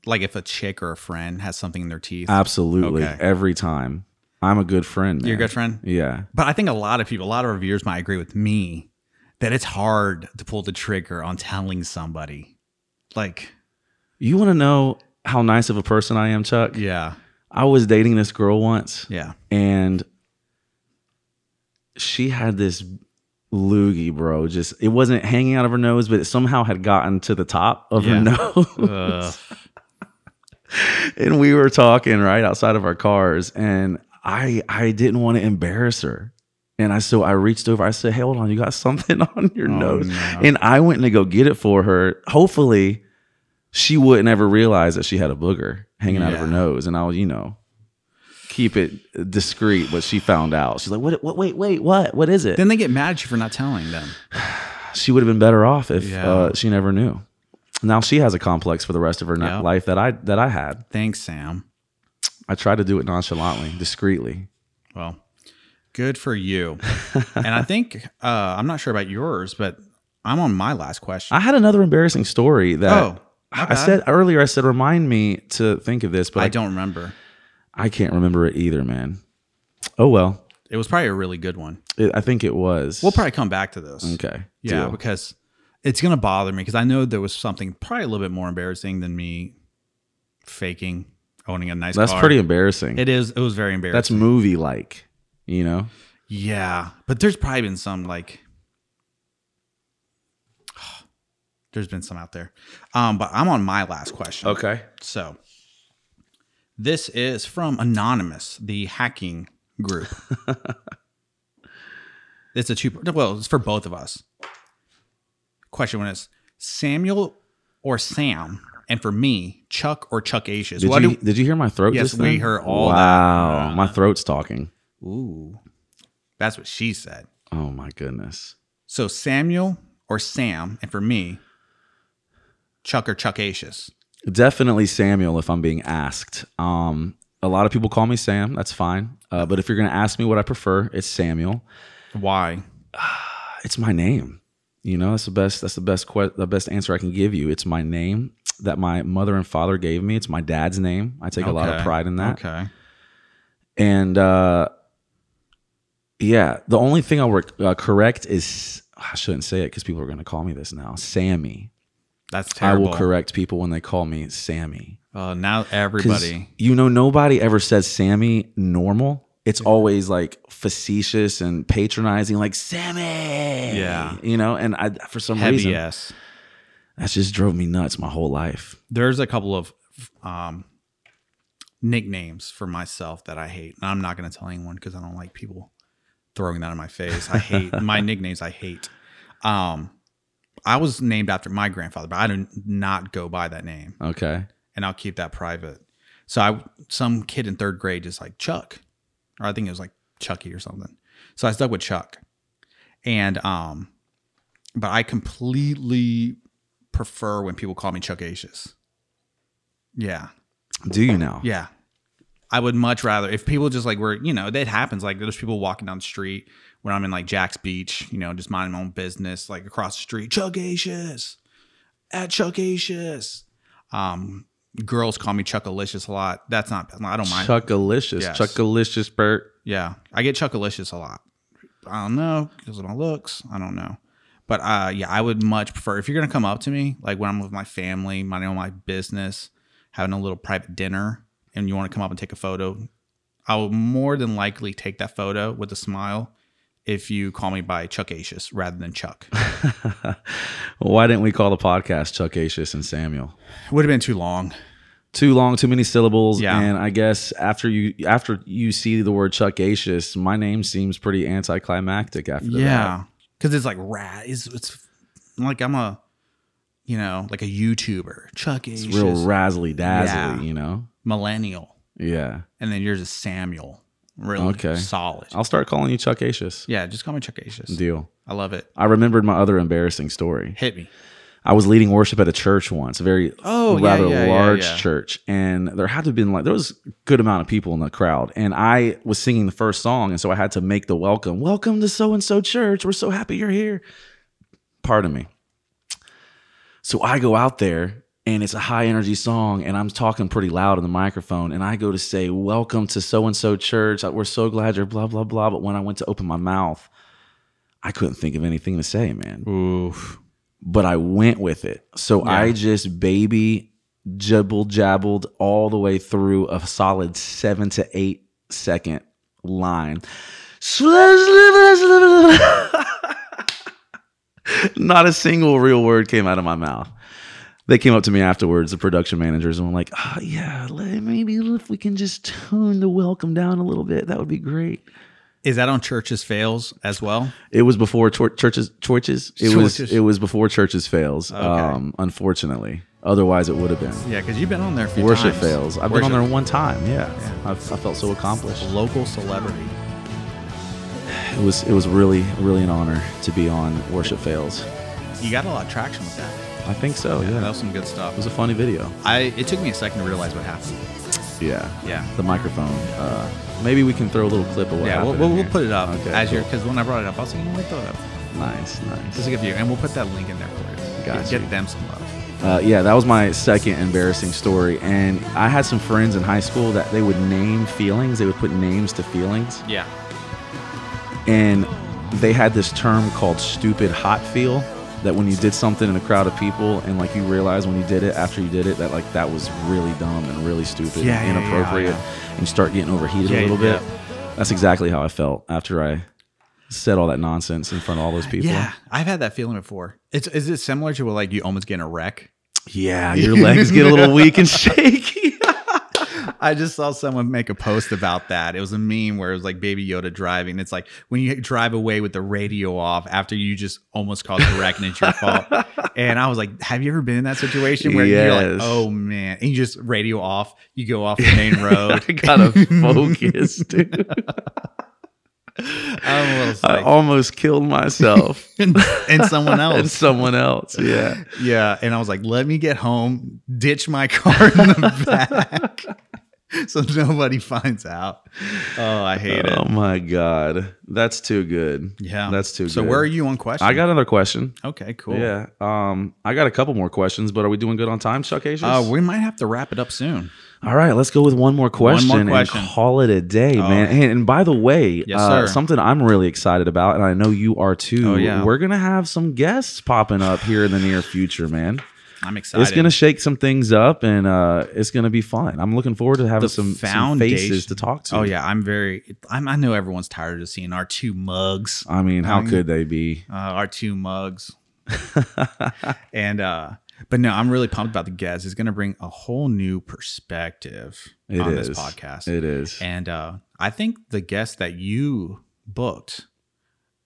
[SPEAKER 3] like if a chick or a friend has something in their teeth?
[SPEAKER 2] Absolutely.
[SPEAKER 3] Okay.
[SPEAKER 2] Every time. I'm a good friend, man.
[SPEAKER 3] You're a good friend.
[SPEAKER 2] Ah, Yeah.
[SPEAKER 3] But I think a lot of people, a lot of reviewers might agree with me that it's hard to pull the trigger on telling somebody. Like,
[SPEAKER 2] You want to know how nice of a person I am, Chuck?
[SPEAKER 3] yeah,
[SPEAKER 2] I was dating this girl once
[SPEAKER 3] yeah.
[SPEAKER 2] and she had this loogie, bro. Just it wasn't hanging out of her nose, but it somehow had gotten to the top of her
[SPEAKER 3] Yeah.
[SPEAKER 2] nose. and we were talking right outside of our cars and I I didn't want to embarrass her. And I so I reached over, I said, hey, hold on, you got something on your
[SPEAKER 3] Oh,
[SPEAKER 2] nose.
[SPEAKER 3] no.
[SPEAKER 2] And I went to go get it for her. Hopefully, she wouldn't ever realize that she had a booger hanging out of her
[SPEAKER 3] Yeah.
[SPEAKER 2] nose. And I'll, you know, keep it discreet. But she found out. She's like, what, what, wait, wait, what? What is it?
[SPEAKER 3] then they get mad at you for not telling them.
[SPEAKER 2] she would have been better off if
[SPEAKER 3] Yeah.
[SPEAKER 2] uh, she never knew. Now she has a complex for the rest of her ni-
[SPEAKER 3] Yeah.
[SPEAKER 2] life that I that I had.
[SPEAKER 3] Thanks, Sam.
[SPEAKER 2] I tried to do it nonchalantly, discreetly.
[SPEAKER 3] Well, good for you. and I think uh, I'm not sure about yours, but I'm on my last question.
[SPEAKER 2] I had another embarrassing story that
[SPEAKER 3] oh, my
[SPEAKER 2] I
[SPEAKER 3] bad.
[SPEAKER 2] said earlier. I said remind me to think of this, but
[SPEAKER 3] I
[SPEAKER 2] I,
[SPEAKER 3] don't remember.
[SPEAKER 2] I can't remember it either, man. Oh well,
[SPEAKER 3] It was probably a really good one.
[SPEAKER 2] it, I think it was.
[SPEAKER 3] We'll probably come back to this.
[SPEAKER 2] okay.
[SPEAKER 3] Yeah,
[SPEAKER 2] deal.
[SPEAKER 3] because it's gonna bother me because I know there was something probably a little bit more embarrassing than me faking owning a nice
[SPEAKER 2] That's
[SPEAKER 3] car.
[SPEAKER 2] pretty embarrassing.
[SPEAKER 3] It is. It was very
[SPEAKER 2] That's
[SPEAKER 3] embarrassing.
[SPEAKER 2] movie like, you know?
[SPEAKER 3] yeah, but there's probably been some like. There's been some out there, um, but I'm on my last question. so this is from anonymous, the hacking group. it's a two. Well, it's for both of us. Question one is Samuel or Sam, and for me, Chuck or Chuck Asius.
[SPEAKER 2] Did
[SPEAKER 3] What
[SPEAKER 2] you
[SPEAKER 3] do?
[SPEAKER 2] did you hear my throat?
[SPEAKER 3] Yes,
[SPEAKER 2] just
[SPEAKER 3] we
[SPEAKER 2] then?
[SPEAKER 3] heard all that.
[SPEAKER 2] Wow, my throat's talking.
[SPEAKER 3] Ooh, that's what she said.
[SPEAKER 2] Oh my goodness.
[SPEAKER 3] So Samuel or Sam, and for me, Chuck or Chuck Asius.
[SPEAKER 2] Definitely Samuel, if I'm being asked. Um, a lot of people call me Sam. That's fine. Uh, but if you're gonna ask me what I prefer, it's Samuel.
[SPEAKER 3] Why?
[SPEAKER 2] it's my name. You know, that's the best. That's the best. Que- the best answer I can give you. It's my name that my mother and father gave me. It's my dad's name. I take a lot of
[SPEAKER 3] Okay.
[SPEAKER 2] pride in that.
[SPEAKER 3] Okay.
[SPEAKER 2] And uh, yeah, the only thing I'll rec- uh, correct is I shouldn't say it because people are going to call me this now. Sammy.
[SPEAKER 3] That's terrible.
[SPEAKER 2] I will correct people when they call me Sammy.
[SPEAKER 3] Uh, now
[SPEAKER 2] 'Cause,
[SPEAKER 3] everybody.
[SPEAKER 2] You know, nobody ever says Sammy normal. It's always like facetious and patronizing, like Sammy.
[SPEAKER 3] Yeah.
[SPEAKER 2] You know, and I for some reason
[SPEAKER 3] Heavy S.
[SPEAKER 2] That just drove me nuts my whole life.
[SPEAKER 3] there's a couple of um, nicknames for myself that I hate. And I'm not going to tell anyone because I don't like people throwing that in my face. I hate my nicknames. I hate. Um, I was named after my grandfather, but I do not go by that name.
[SPEAKER 2] Okay.
[SPEAKER 3] and I'll keep that private. So I some kid in third grade just like Chuck, or I think it was like Chucky or something. So I stuck with Chuck, and um, but I completely prefer when people call me Chuckacious. Yeah,
[SPEAKER 2] Do you now?
[SPEAKER 3] yeah. I would much rather if people just like were, you know, that happens. Like there's people walking down the street when I'm in like Jack's Beach, you know, just minding my own business, like across the street, Chuckacious, at Chuckacious. Um, girls call me Chuckalicious a lot. That's not, I don't mind.
[SPEAKER 2] Chuckalicious.
[SPEAKER 3] Yes.
[SPEAKER 2] Chuckalicious, Bert.
[SPEAKER 3] Yeah, I get Chuckalicious a lot. I don't know because of my looks. I don't know, but uh, yeah, I would much prefer if you're gonna come up to me, like when I'm with my family, minding all my business, having a little private dinner, and you want to come up and take a photo. I will more than likely take that photo with a smile if you call me by Chuckacious rather than Chuck.
[SPEAKER 2] Why didn't we call the podcast Chuckacious and Samuel?
[SPEAKER 3] would have been too long.
[SPEAKER 2] Too long, too many syllables,
[SPEAKER 3] Yeah.
[SPEAKER 2] and I guess after you after you see the word Chuckacious, my name seems pretty anticlimactic after that.
[SPEAKER 3] Yeah, because it's like rat. It's, it's like I'm a, you know, like a YouTuber. Chuckacious,
[SPEAKER 2] Real razzly dazzly,
[SPEAKER 3] Yeah.
[SPEAKER 2] you know?
[SPEAKER 3] millennial.
[SPEAKER 2] Yeah.
[SPEAKER 3] and then yours is Samuel. Really
[SPEAKER 2] Okay.
[SPEAKER 3] solid.
[SPEAKER 2] I'll start calling you Chuckacious.
[SPEAKER 3] yeah, just call me Chuckacious.
[SPEAKER 2] Deal.
[SPEAKER 3] I love it.
[SPEAKER 2] I remembered my other embarrassing story.
[SPEAKER 3] Hit me.
[SPEAKER 2] I was leading worship at a church once, a very
[SPEAKER 3] Oh, yeah,
[SPEAKER 2] rather
[SPEAKER 3] yeah, yeah,
[SPEAKER 2] large
[SPEAKER 3] yeah.
[SPEAKER 2] church, and there had to have been like there was a good amount of people in the crowd, and I was singing the first song, and so I had to make the welcome, welcome to so and so church. We're so happy you're here. Pardon me. So I go out there and it's a high energy song and I'm talking pretty loud in the microphone and I go to say welcome to so and so church. Uh, We're so glad you're blah blah blah, but when I went to open my mouth, I couldn't think of anything to say, man
[SPEAKER 3] Oof.
[SPEAKER 2] but I went with it. So I just baby jibble jabbled all the way through a solid seven to eight second line. Not a single real word came out of my mouth. They came up to me afterwards, the production managers, and were like, oh, yeah, le- maybe if we can just tone the welcome down a little bit, that would be great.
[SPEAKER 3] Is that on Church's Fails as well?
[SPEAKER 2] It was before chor- churches. Churches. It was.
[SPEAKER 3] Churches.
[SPEAKER 2] It was before churches fails. Um, unfortunately, otherwise it would have been.
[SPEAKER 3] Yeah, because you've been on there a few
[SPEAKER 2] Worship
[SPEAKER 3] times.
[SPEAKER 2] fails. I've been on there
[SPEAKER 3] Worship.
[SPEAKER 2] one time. Yeah, I've, I felt so accomplished.
[SPEAKER 3] Local celebrity.
[SPEAKER 2] It was. It was really, really an honor to be on Worship Fails.
[SPEAKER 3] You got a lot of traction with that.
[SPEAKER 2] I think so. Yeah,
[SPEAKER 3] That
[SPEAKER 2] it
[SPEAKER 3] was some good stuff.
[SPEAKER 2] was a funny video.
[SPEAKER 3] I it took me a second to realize what happened.
[SPEAKER 2] Yeah.
[SPEAKER 3] Yeah.
[SPEAKER 2] The microphone. Uh, maybe we can throw a little clip of what
[SPEAKER 3] yeah, we'll,
[SPEAKER 2] happened
[SPEAKER 3] we'll,
[SPEAKER 2] in
[SPEAKER 3] we'll
[SPEAKER 2] here.
[SPEAKER 3] put it up
[SPEAKER 2] Okay,
[SPEAKER 3] as your because when I brought it up, I was like, you know what, throw it up.
[SPEAKER 2] Nice, nice.
[SPEAKER 3] Just to give you, and we'll put that link in there for you.
[SPEAKER 2] Got
[SPEAKER 3] Get
[SPEAKER 2] you.
[SPEAKER 3] them some love.
[SPEAKER 2] Uh, yeah, that was my second embarrassing story. And I had some friends in high school that they would name feelings. They would put names to feelings.
[SPEAKER 3] Yeah.
[SPEAKER 2] And they had this term called stupid hot feel that when you did something in a crowd of people and like you realize when you did it after you did it that like that was really dumb and really stupid
[SPEAKER 3] Yeah, yeah,
[SPEAKER 2] and
[SPEAKER 3] yeah,
[SPEAKER 2] inappropriate and you start getting overheated a
[SPEAKER 3] Yeah,
[SPEAKER 2] little
[SPEAKER 3] yeah.
[SPEAKER 2] bit. That's exactly how I felt after I said all that nonsense in front of all those people.
[SPEAKER 3] Yeah, I've had that feeling before. It's is it similar to like you almost getting a wreck?
[SPEAKER 2] Yeah, your legs get a little weak and shaky.
[SPEAKER 3] I just saw someone make a post about that. It was a meme where it was like Baby Yoda driving. It's like when you drive away with the radio off after you just almost caused a wreck and it's your fault. And I was like, Have you ever been in that situation where you're
[SPEAKER 2] Yes.
[SPEAKER 3] like, Oh man, and you just radio off, you go off the main road.
[SPEAKER 2] I gotta focus, dude.
[SPEAKER 3] I'm almost
[SPEAKER 2] I
[SPEAKER 3] like, Oh.
[SPEAKER 2] almost killed myself
[SPEAKER 3] and, and someone
[SPEAKER 2] and
[SPEAKER 3] else.
[SPEAKER 2] someone else. Yeah.
[SPEAKER 3] Yeah. And I was like, Let me get home, ditch my car in the back. So nobody finds out. Oh, I hate
[SPEAKER 2] Oh
[SPEAKER 3] it.
[SPEAKER 2] my god, that's too good.
[SPEAKER 3] Yeah,
[SPEAKER 2] that's too.
[SPEAKER 3] So
[SPEAKER 2] good.
[SPEAKER 3] where are you on question?
[SPEAKER 2] I got another question.
[SPEAKER 3] okay, cool.
[SPEAKER 2] Yeah. Um, I got a couple more questions, but are we doing good on time, Chuck Asians?
[SPEAKER 3] Uh, we might have to wrap it up soon.
[SPEAKER 2] All right, let's go with one more question,
[SPEAKER 3] question.
[SPEAKER 2] and call it a day, man. And, and by the way,
[SPEAKER 3] Yes,
[SPEAKER 2] uh,
[SPEAKER 3] sir.
[SPEAKER 2] something I'm really excited about, and I know you are too.
[SPEAKER 3] Oh, yeah.
[SPEAKER 2] We're gonna have some guests popping up here in the near future, man.
[SPEAKER 3] I'm excited.
[SPEAKER 2] It's gonna shake some things up, and uh, it's gonna be fun. I'm looking forward to having
[SPEAKER 3] The
[SPEAKER 2] some, some
[SPEAKER 3] foundation-
[SPEAKER 2] faces to talk to.
[SPEAKER 3] Oh yeah, I'm very. I'm, I know everyone's tired of seeing our two mugs,
[SPEAKER 2] I mean, how
[SPEAKER 3] Um,
[SPEAKER 2] could they be?
[SPEAKER 3] uh, our two mugs, and uh, but no, I'm really pumped about the guest. It's gonna bring a whole new perspective
[SPEAKER 2] It
[SPEAKER 3] on
[SPEAKER 2] is.
[SPEAKER 3] this podcast,
[SPEAKER 2] It is.
[SPEAKER 3] and uh, I think the guests that you booked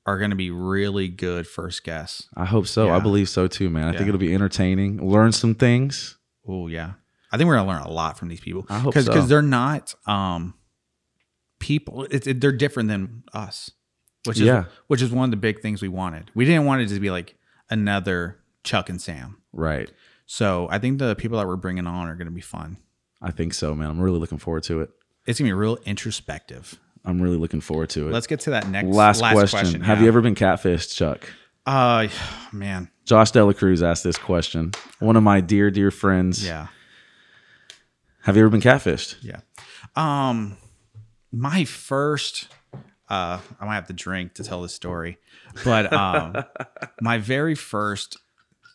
[SPEAKER 3] are gonna be really good first guests.
[SPEAKER 2] I hope so. I
[SPEAKER 3] Yeah.
[SPEAKER 2] believe so too, man. I think
[SPEAKER 3] Yeah.
[SPEAKER 2] it'll be entertaining. Learn some things.
[SPEAKER 3] Oh yeah, I think we're gonna learn a lot from these people.
[SPEAKER 2] I hope
[SPEAKER 3] Cause,
[SPEAKER 2] so.
[SPEAKER 3] 'cause they're not um people. It's it, they're different than us, which is
[SPEAKER 2] Yeah.
[SPEAKER 3] which is one of the big things we wanted. We didn't want it to be like another Chuck and Sam.
[SPEAKER 2] Right.
[SPEAKER 3] So I think the people that we're bringing on are gonna be fun.
[SPEAKER 2] I think so, man. I'm really looking forward to it.
[SPEAKER 3] It's gonna be real introspective.
[SPEAKER 2] I'm really looking forward to it.
[SPEAKER 3] Let's get to that next
[SPEAKER 2] last, question. Have
[SPEAKER 3] yeah.
[SPEAKER 2] you ever been catfished, Chuck?
[SPEAKER 3] Uh, man.
[SPEAKER 2] Josh Dela Cruz asked this question. One of my dear, dear friends.
[SPEAKER 3] Yeah.
[SPEAKER 2] Have you ever been catfished?
[SPEAKER 3] Yeah. Um, my first, uh, I might have to drink to tell this story, but um, my very first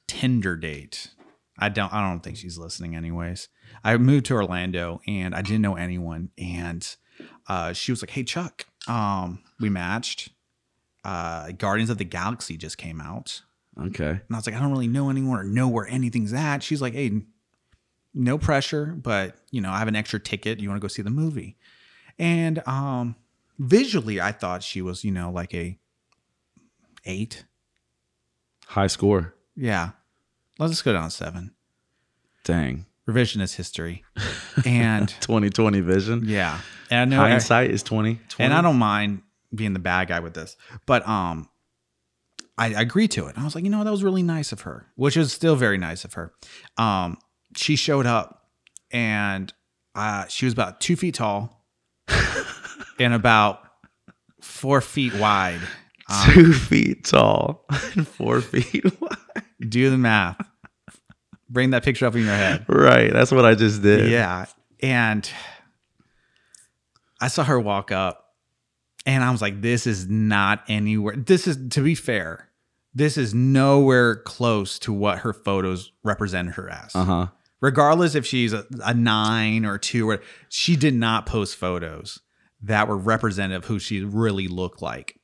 [SPEAKER 3] Tinder date. I don't. I don't think she's listening. Anyways, I moved to Orlando and I didn't know anyone, and uh, she was like, "Hey, Chuck." Um, we matched. Uh, Guardians of the Galaxy just came out.
[SPEAKER 2] Okay.
[SPEAKER 3] And I was like, I don't really know anyone or know where anything's at. She's like, hey, no pressure, but you know, I have an extra ticket. You want to go see the movie? And um visually I thought she was, you know, like a eight.
[SPEAKER 2] High score.
[SPEAKER 3] Yeah. Let's just go down to seven.
[SPEAKER 2] Dang.
[SPEAKER 3] Revisionist history. And
[SPEAKER 2] 2020 vision.
[SPEAKER 3] yeah. And I know
[SPEAKER 2] Hindsight is 20.
[SPEAKER 3] and I don't mind being the bad guy with this, but um, I, I agreed to it. I was like, you know, that was really nice of her, which is still very nice of her. Um, she showed up, and uh, she was about two feet tall, and about four feet wide. Um,
[SPEAKER 2] Two feet tall and four feet wide.
[SPEAKER 3] do the math. Bring that picture up in your head.
[SPEAKER 2] Right. That's what I just did.
[SPEAKER 3] Yeah. And I saw her walk up and I was like, this is not anywhere. This is, to be fair, this is nowhere close to what her photos represent her as.
[SPEAKER 2] Uh huh.
[SPEAKER 3] Regardless if she's a, a nine or two, or she did not post photos that were representative of who she really looked like.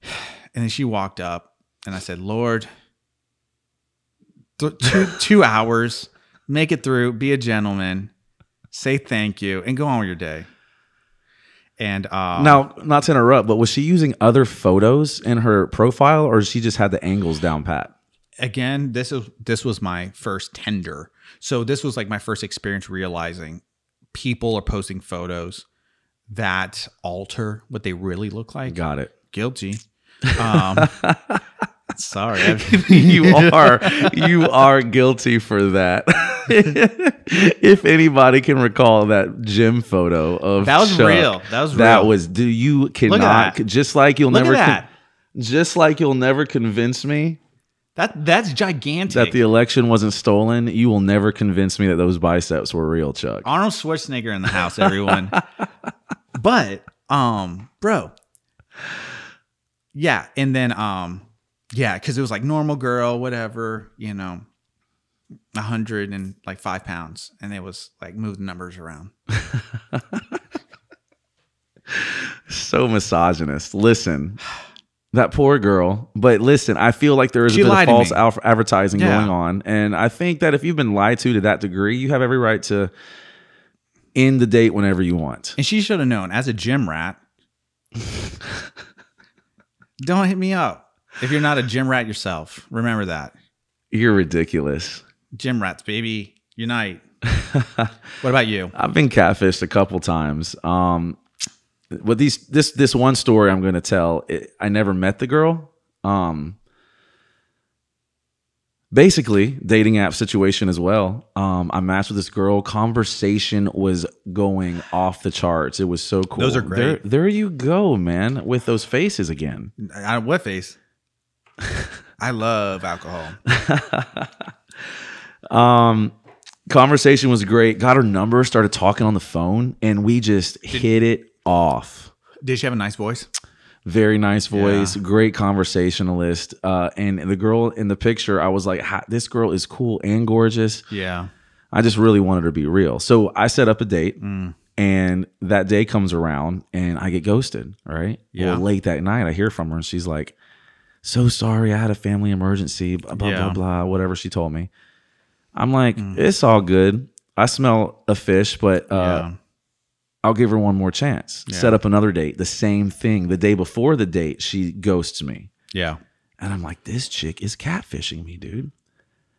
[SPEAKER 3] And then she walked up and I said, Lord, th- two, two hours, make it through, be a gentleman, say thank you, and go on with your day. And um,
[SPEAKER 2] Now, not to interrupt, but was she using other photos in her profile or she just had the angles down pat?
[SPEAKER 3] again, this is this was my first tender. So this was like my first experience realizing people are posting photos that alter what they really look like.
[SPEAKER 2] Got it.
[SPEAKER 3] Guilty. Um, sorry. I-
[SPEAKER 2] you are you are guilty for that. if anybody can recall that gym photo of
[SPEAKER 3] That was
[SPEAKER 2] Chuck,
[SPEAKER 3] real. That was real.
[SPEAKER 2] That was do you cannot
[SPEAKER 3] that.
[SPEAKER 2] just like you'll
[SPEAKER 3] Look
[SPEAKER 2] never
[SPEAKER 3] at
[SPEAKER 2] con-
[SPEAKER 3] that.
[SPEAKER 2] just like you'll never convince me
[SPEAKER 3] that that's gigantic.
[SPEAKER 2] that the election wasn't stolen, you will never convince me that those biceps were real, Chuck.
[SPEAKER 3] Arnold Schwarzenegger in the house, everyone. but um, bro, yeah, and then um, yeah, because it was like normal girl, whatever, you know, a hundred and like five pounds, and it was like move the numbers around.
[SPEAKER 2] So misogynist. Listen. That poor girl, but listen, I feel like there is
[SPEAKER 3] She
[SPEAKER 2] a bit
[SPEAKER 3] lied
[SPEAKER 2] of
[SPEAKER 3] to
[SPEAKER 2] false
[SPEAKER 3] me.
[SPEAKER 2] alf- advertising
[SPEAKER 3] Yeah.
[SPEAKER 2] going on, and I think that if you've been lied to to that degree, you have every right to end the date whenever you want.
[SPEAKER 3] And she should have known as a gym rat. don't hit me up if you're not a gym rat yourself. Remember that
[SPEAKER 2] You're ridiculous.
[SPEAKER 3] gym rats, baby, unite. what about you?
[SPEAKER 2] I've been catfished a couple times. Um, but these this this one story I'm going to tell. It, I never met the girl. Um, basically, dating app situation as well. Um, I matched with this girl. Conversation was going off the charts. It was so cool.
[SPEAKER 3] Those are great.
[SPEAKER 2] There, there you go, man. With those faces again.
[SPEAKER 3] I, what face? I love alcohol.
[SPEAKER 2] Um, conversation was great. Got her number. Started talking on the phone, and we just hit it off.
[SPEAKER 3] Did she have a nice voice?
[SPEAKER 2] very nice voice great conversationalist uh, and the girl in the picture i was like "Ha- this girl is cool and gorgeous
[SPEAKER 3] Yeah.
[SPEAKER 2] i just really wanted her to be real so i set up a date
[SPEAKER 3] Mm.
[SPEAKER 2] and that day comes around and i get ghosted right
[SPEAKER 3] Yeah.
[SPEAKER 2] well late that night i hear from her and she's like so sorry i had a family emergency blah blah
[SPEAKER 3] Yeah. Mm.
[SPEAKER 2] blah blah whatever she told me i'm like it's all good i smell a fish but uh,
[SPEAKER 3] yeah.
[SPEAKER 2] I'll give her one more chance. Set up another date. The same thing. The day before the date, she ghosts me.
[SPEAKER 3] Yeah.
[SPEAKER 2] And I'm like, this chick is catfishing me, dude.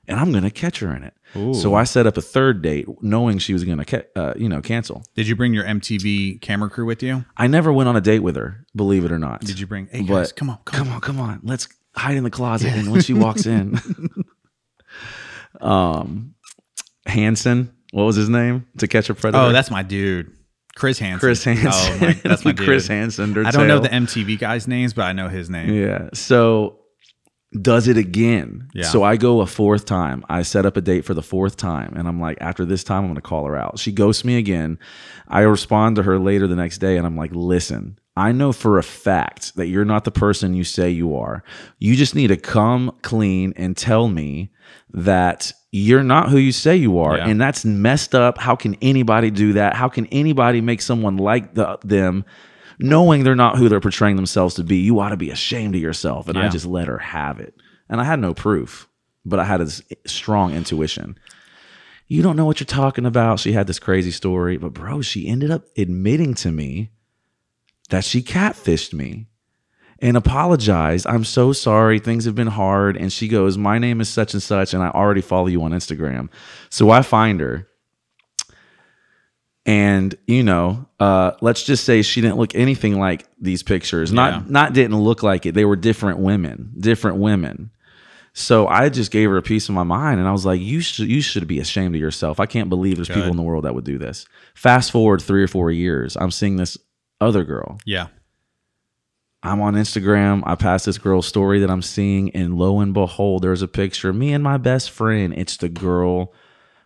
[SPEAKER 2] and I'm gonna catch her in it. So I set up a third date, knowing she was gonna, ca- uh, you know, cancel.
[SPEAKER 3] Did you bring your MTV camera crew with you?
[SPEAKER 2] I never went on a date with her, believe it or not.
[SPEAKER 3] Did you bring? Hey
[SPEAKER 2] But-
[SPEAKER 3] guys, come on, come,
[SPEAKER 2] Come on, come on, let's hide in the closet, and when she walks in, um, Hanson, what was his name? To catch a predator.
[SPEAKER 3] on. Oh, that's my dude, Chris Hansen.
[SPEAKER 2] Chris Hansen.
[SPEAKER 3] Oh, my, that's my dude.
[SPEAKER 2] Chris Hansen.
[SPEAKER 3] I don't know
[SPEAKER 2] Durtail.
[SPEAKER 3] the MTV guys' names, but I know his name.
[SPEAKER 2] Yeah. So does it again.
[SPEAKER 3] Yeah.
[SPEAKER 2] So I go a fourth time. I set up a date for the fourth time. And I'm like, after this time, I'm going to call her out. She ghosts me again. I respond to her later the next day and I'm like, listen, I know for a fact that you're not the person you say you are. You just need to come clean and tell me that you're not who you say you are.
[SPEAKER 3] Yeah.
[SPEAKER 2] And that's messed up. How can anybody do that? How can anybody make someone like the, them? knowing they're not who they're portraying themselves to be, you ought to be ashamed of yourself. And I
[SPEAKER 3] Yeah.
[SPEAKER 2] just let her have it. And I had no proof, but I had a s- strong intuition. You don't know what you're talking about. She had this crazy story, but bro, she ended up admitting to me that she catfished me and apologized. I'm so sorry. Things have been hard. And she goes, My name is such and such, and I already follow you on Instagram. So I find her and you know uh let's just say she didn't look anything like these pictures not
[SPEAKER 3] Yeah.
[SPEAKER 2] not didn't look like it they were different women different women so i just gave her a piece of my mind and i was like you should you should be ashamed of yourself i can't believe there's people
[SPEAKER 3] Good.
[SPEAKER 2] in the world that would do this fast forward 3 or 4 years i'm seeing this other girl
[SPEAKER 3] Yeah.
[SPEAKER 2] I'm on Instagram. I pass this girl's story that I'm seeing, and lo and behold, there's a picture of me and my best friend. It's the girl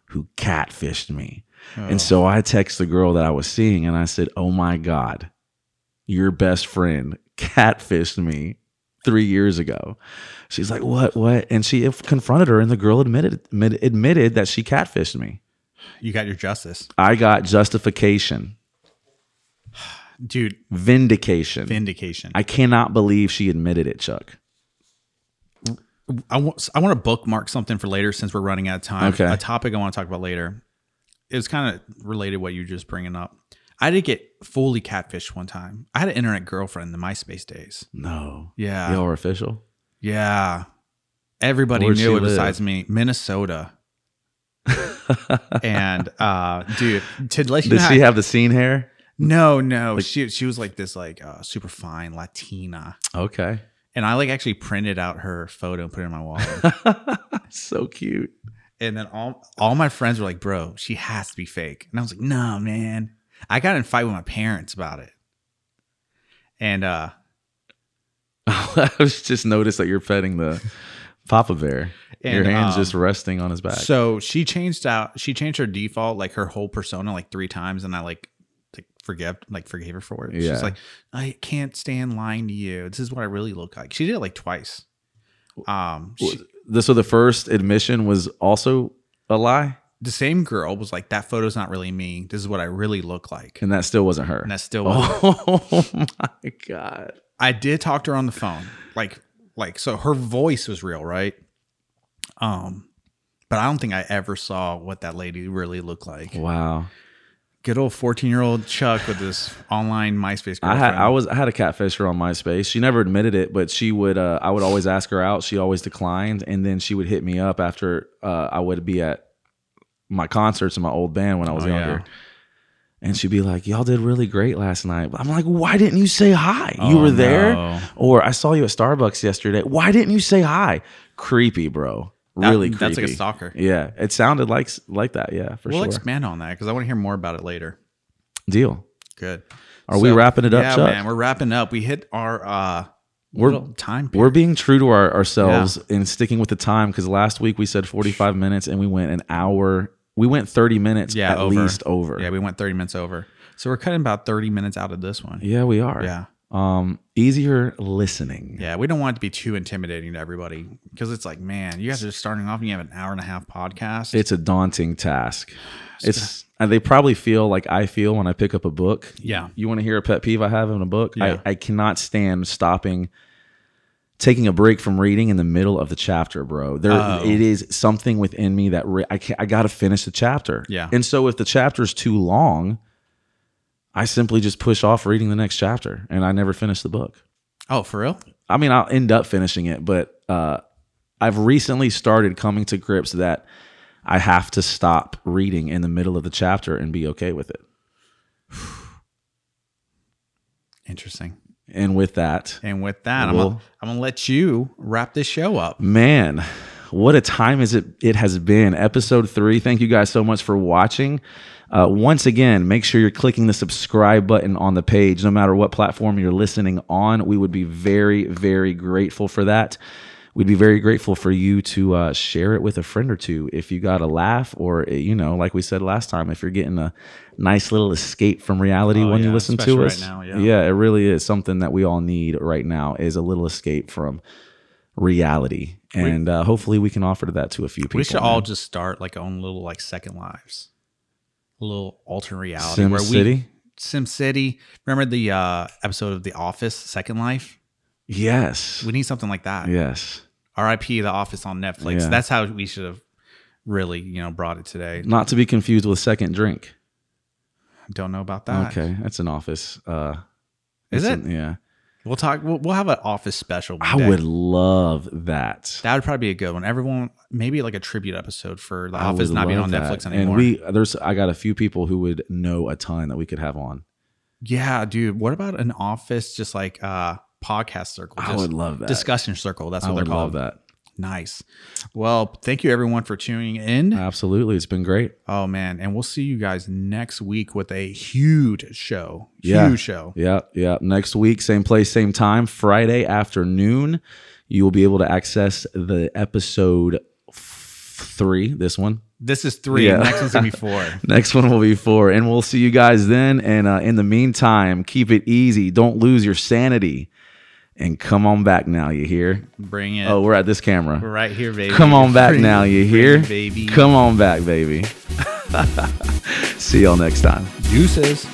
[SPEAKER 2] who catfished me. And so I text the girl that I was seeing and I said, Oh my God, your best friend catfished me three years ago. She's like, What? What? And she confronted her, and the girl admitted, admit- admitted that she catfished me.
[SPEAKER 3] You got your justice.
[SPEAKER 2] I got justification,
[SPEAKER 3] Dude,
[SPEAKER 2] vindication.
[SPEAKER 3] vindication.
[SPEAKER 2] I cannot believe she admitted it, Chuck.
[SPEAKER 3] I want I want to bookmark something for later since we're running out of time.
[SPEAKER 2] Okay.
[SPEAKER 3] A topic I want to talk about later. It was kind of related to what you were just bringing up. I did get fully catfished one time. I had an internet girlfriend in the MySpace days.
[SPEAKER 2] No.
[SPEAKER 3] Yeah.
[SPEAKER 2] Y'all are official?
[SPEAKER 3] Yeah. Everybody
[SPEAKER 2] Where'd
[SPEAKER 3] knew
[SPEAKER 2] she
[SPEAKER 3] it besides me. Minnesota. and uh dude, to let you
[SPEAKER 2] Does
[SPEAKER 3] know
[SPEAKER 2] she
[SPEAKER 3] how-
[SPEAKER 2] have the scene hair?
[SPEAKER 3] No, no. she she was like this like uh super fine Latina.
[SPEAKER 2] Okay.
[SPEAKER 3] And I like actually printed out her photo and put it in my wallet.
[SPEAKER 2] so cute.
[SPEAKER 3] And then all all my friends were like, "Bro, she has to be fake." And I was like, "No, nah, man." I got in a fight with my parents about it. And uh
[SPEAKER 2] I was just noticed that you're petting the Papa Bear. Your
[SPEAKER 3] And,
[SPEAKER 2] hand's
[SPEAKER 3] um,
[SPEAKER 2] just resting on his back.
[SPEAKER 3] so she changed out she changed her default like her whole persona like 3 times and I like like forgive like forgave her for it.
[SPEAKER 2] Yeah.
[SPEAKER 3] She's like, "I can't stand lying to you. This is what I really look like." She did it like twice. Um she-
[SPEAKER 2] The- so the first admission was also a lie,
[SPEAKER 3] the same girl was like, "That photo's not really me. This is what I really look like."
[SPEAKER 2] and that still wasn't her.
[SPEAKER 3] And that still wasn't
[SPEAKER 2] oh my god.
[SPEAKER 3] I did talk to her on the phone. Like like so her voice was real, right? Um but I don't think I ever saw what that lady really looked like.
[SPEAKER 2] Wow.
[SPEAKER 3] Good old 14-year-old Chuck with this online MySpace
[SPEAKER 2] I
[SPEAKER 3] girlfriend.
[SPEAKER 2] had I was I had a catfisher on MySpace. She never admitted it, but she would uh, I would always ask her out. She always declined, and then she would hit me up after uh, I would be at my concerts in my old band when I was
[SPEAKER 3] Oh, yeah.
[SPEAKER 2] younger. And she'd be like, "Y'all did really great last night." I'm like, "Why didn't you say hi? You
[SPEAKER 3] Oh,
[SPEAKER 2] were there."
[SPEAKER 3] no.
[SPEAKER 2] Or I saw you at Starbucks yesterday. Why didn't you say hi? Creepy, bro.
[SPEAKER 3] That-
[SPEAKER 2] Really creepy.
[SPEAKER 3] That's like a stalker.
[SPEAKER 2] Yeah, it sounded like like that. Yeah, for
[SPEAKER 3] We'll
[SPEAKER 2] sure.
[SPEAKER 3] expand on that because I want to hear more about it later.
[SPEAKER 2] Deal.
[SPEAKER 3] Good.
[SPEAKER 2] Are we wrapping it up,
[SPEAKER 3] yeah,
[SPEAKER 2] Chuck?
[SPEAKER 3] man, we're wrapping up. We hit our uh
[SPEAKER 2] We're-
[SPEAKER 3] little time
[SPEAKER 2] We're being true to our, ourselves and sticking with the time because last week we said 45 minutes and we went an hour. We went 30 minutes
[SPEAKER 3] Yeah,
[SPEAKER 2] at
[SPEAKER 3] over.
[SPEAKER 2] least over.
[SPEAKER 3] Yeah, we went 30 minutes over. So we're cutting about 30 minutes out of this one.
[SPEAKER 2] Yeah, we are.
[SPEAKER 3] yeah.
[SPEAKER 2] Um, easier listening.
[SPEAKER 3] Yeah, we don't want it to be too intimidating to everybody because it's like, man, you guys are starting off and you have an hour and a half podcast.
[SPEAKER 2] It's a daunting task. It's and they probably feel like I feel when I pick up a book.
[SPEAKER 3] yeah,
[SPEAKER 2] You want to hear a pet peeve I have in a book?
[SPEAKER 3] Yeah.
[SPEAKER 2] I, I cannot stand stopping taking a break from reading in the middle of the chapter, bro. There
[SPEAKER 3] Oh.
[SPEAKER 2] it is something within me that re- I can I got to finish the chapter.
[SPEAKER 3] Yeah.
[SPEAKER 2] And so if the chapter's too long, I simply just push off reading the next chapter and I never finish the book.
[SPEAKER 3] Oh, for real?
[SPEAKER 2] I mean, I'll end up finishing it, but uh I've recently started coming to grips that I have to stop reading in the middle of the chapter and be okay with it.
[SPEAKER 3] Interesting.
[SPEAKER 2] And with that,
[SPEAKER 3] And with that, I'm
[SPEAKER 2] Well-
[SPEAKER 3] gonna, I'm gonna let you wrap this show up.
[SPEAKER 2] man, what a time is it it has been. Episode 3. Thank you guys so much for watching. Uh, once again, make sure you're clicking the subscribe button on the page, no matter what platform you're listening on. We would be very, very grateful for that. We'd be very grateful for you to uh, share it with a friend or two if you got a laugh, or, uh, you know, like we said last time, if you're getting a nice little escape from reality when you
[SPEAKER 3] Oh, yeah,
[SPEAKER 2] listen to
[SPEAKER 3] especially right
[SPEAKER 2] us.
[SPEAKER 3] now, yeah.
[SPEAKER 2] yeah, it really is something that we all need right now is a little escape from reality and uh, hopefully we can offer that to a few people
[SPEAKER 3] we should all
[SPEAKER 2] man.
[SPEAKER 3] just start like own little like second lives, a little alternate reality
[SPEAKER 2] sim
[SPEAKER 3] where we
[SPEAKER 2] city
[SPEAKER 3] Sim City. Remember the uh, episode of The Office, Second Life?
[SPEAKER 2] yes
[SPEAKER 3] We need something like that.
[SPEAKER 2] yes
[SPEAKER 3] R.I.P. The Office on Netflix.
[SPEAKER 2] Yeah.
[SPEAKER 3] That's how we should have really you know brought it today.
[SPEAKER 2] not to be confused with second drink
[SPEAKER 3] Don't know about that.
[SPEAKER 2] okay that's an office uh
[SPEAKER 3] Is
[SPEAKER 2] it's
[SPEAKER 3] it?
[SPEAKER 2] an- yeah
[SPEAKER 3] We'll talk. We'll, we'll have an Office special. one
[SPEAKER 2] i
[SPEAKER 3] day.
[SPEAKER 2] would love that
[SPEAKER 3] That would probably be a good one. Everyone, maybe like a tribute episode for The
[SPEAKER 2] I
[SPEAKER 3] Office
[SPEAKER 2] would
[SPEAKER 3] not being
[SPEAKER 2] love
[SPEAKER 3] on
[SPEAKER 2] that.
[SPEAKER 3] Netflix anymore.
[SPEAKER 2] and we there's i got a few people who would know a ton that we could have on
[SPEAKER 3] yeah, dude. What about an Office just like uh podcast circle?
[SPEAKER 2] i
[SPEAKER 3] Just
[SPEAKER 2] would love that
[SPEAKER 3] discussion circle. That's
[SPEAKER 2] i
[SPEAKER 3] what they're
[SPEAKER 2] would love
[SPEAKER 3] called.
[SPEAKER 2] that
[SPEAKER 3] Nice. Well, thank you everyone for tuning in.
[SPEAKER 2] absolutely it's been great
[SPEAKER 3] Oh man, and we'll see you guys next week with a huge show.
[SPEAKER 2] Yeah.
[SPEAKER 3] Huge show.
[SPEAKER 2] Yeah, yeah. Next week, same place, same time, Friday afternoon, you will be able to access the episode f- three, this one.
[SPEAKER 3] This is three.
[SPEAKER 2] Yeah.
[SPEAKER 3] Next one's gonna be four.
[SPEAKER 2] Next one will be four. And we'll see you guys then. And uh, in the meantime, keep it easy. Don't lose your sanity. And come on back now, you hear?
[SPEAKER 3] Bring it.
[SPEAKER 2] Oh, we're at this
[SPEAKER 3] We're
[SPEAKER 2] camera.
[SPEAKER 3] right here, baby.
[SPEAKER 2] Come on back
[SPEAKER 3] Bring
[SPEAKER 2] now,
[SPEAKER 3] it,
[SPEAKER 2] you
[SPEAKER 3] bring
[SPEAKER 2] hear?
[SPEAKER 3] it, Baby.
[SPEAKER 2] Come on back, baby. see y'all next time.
[SPEAKER 3] Deuces.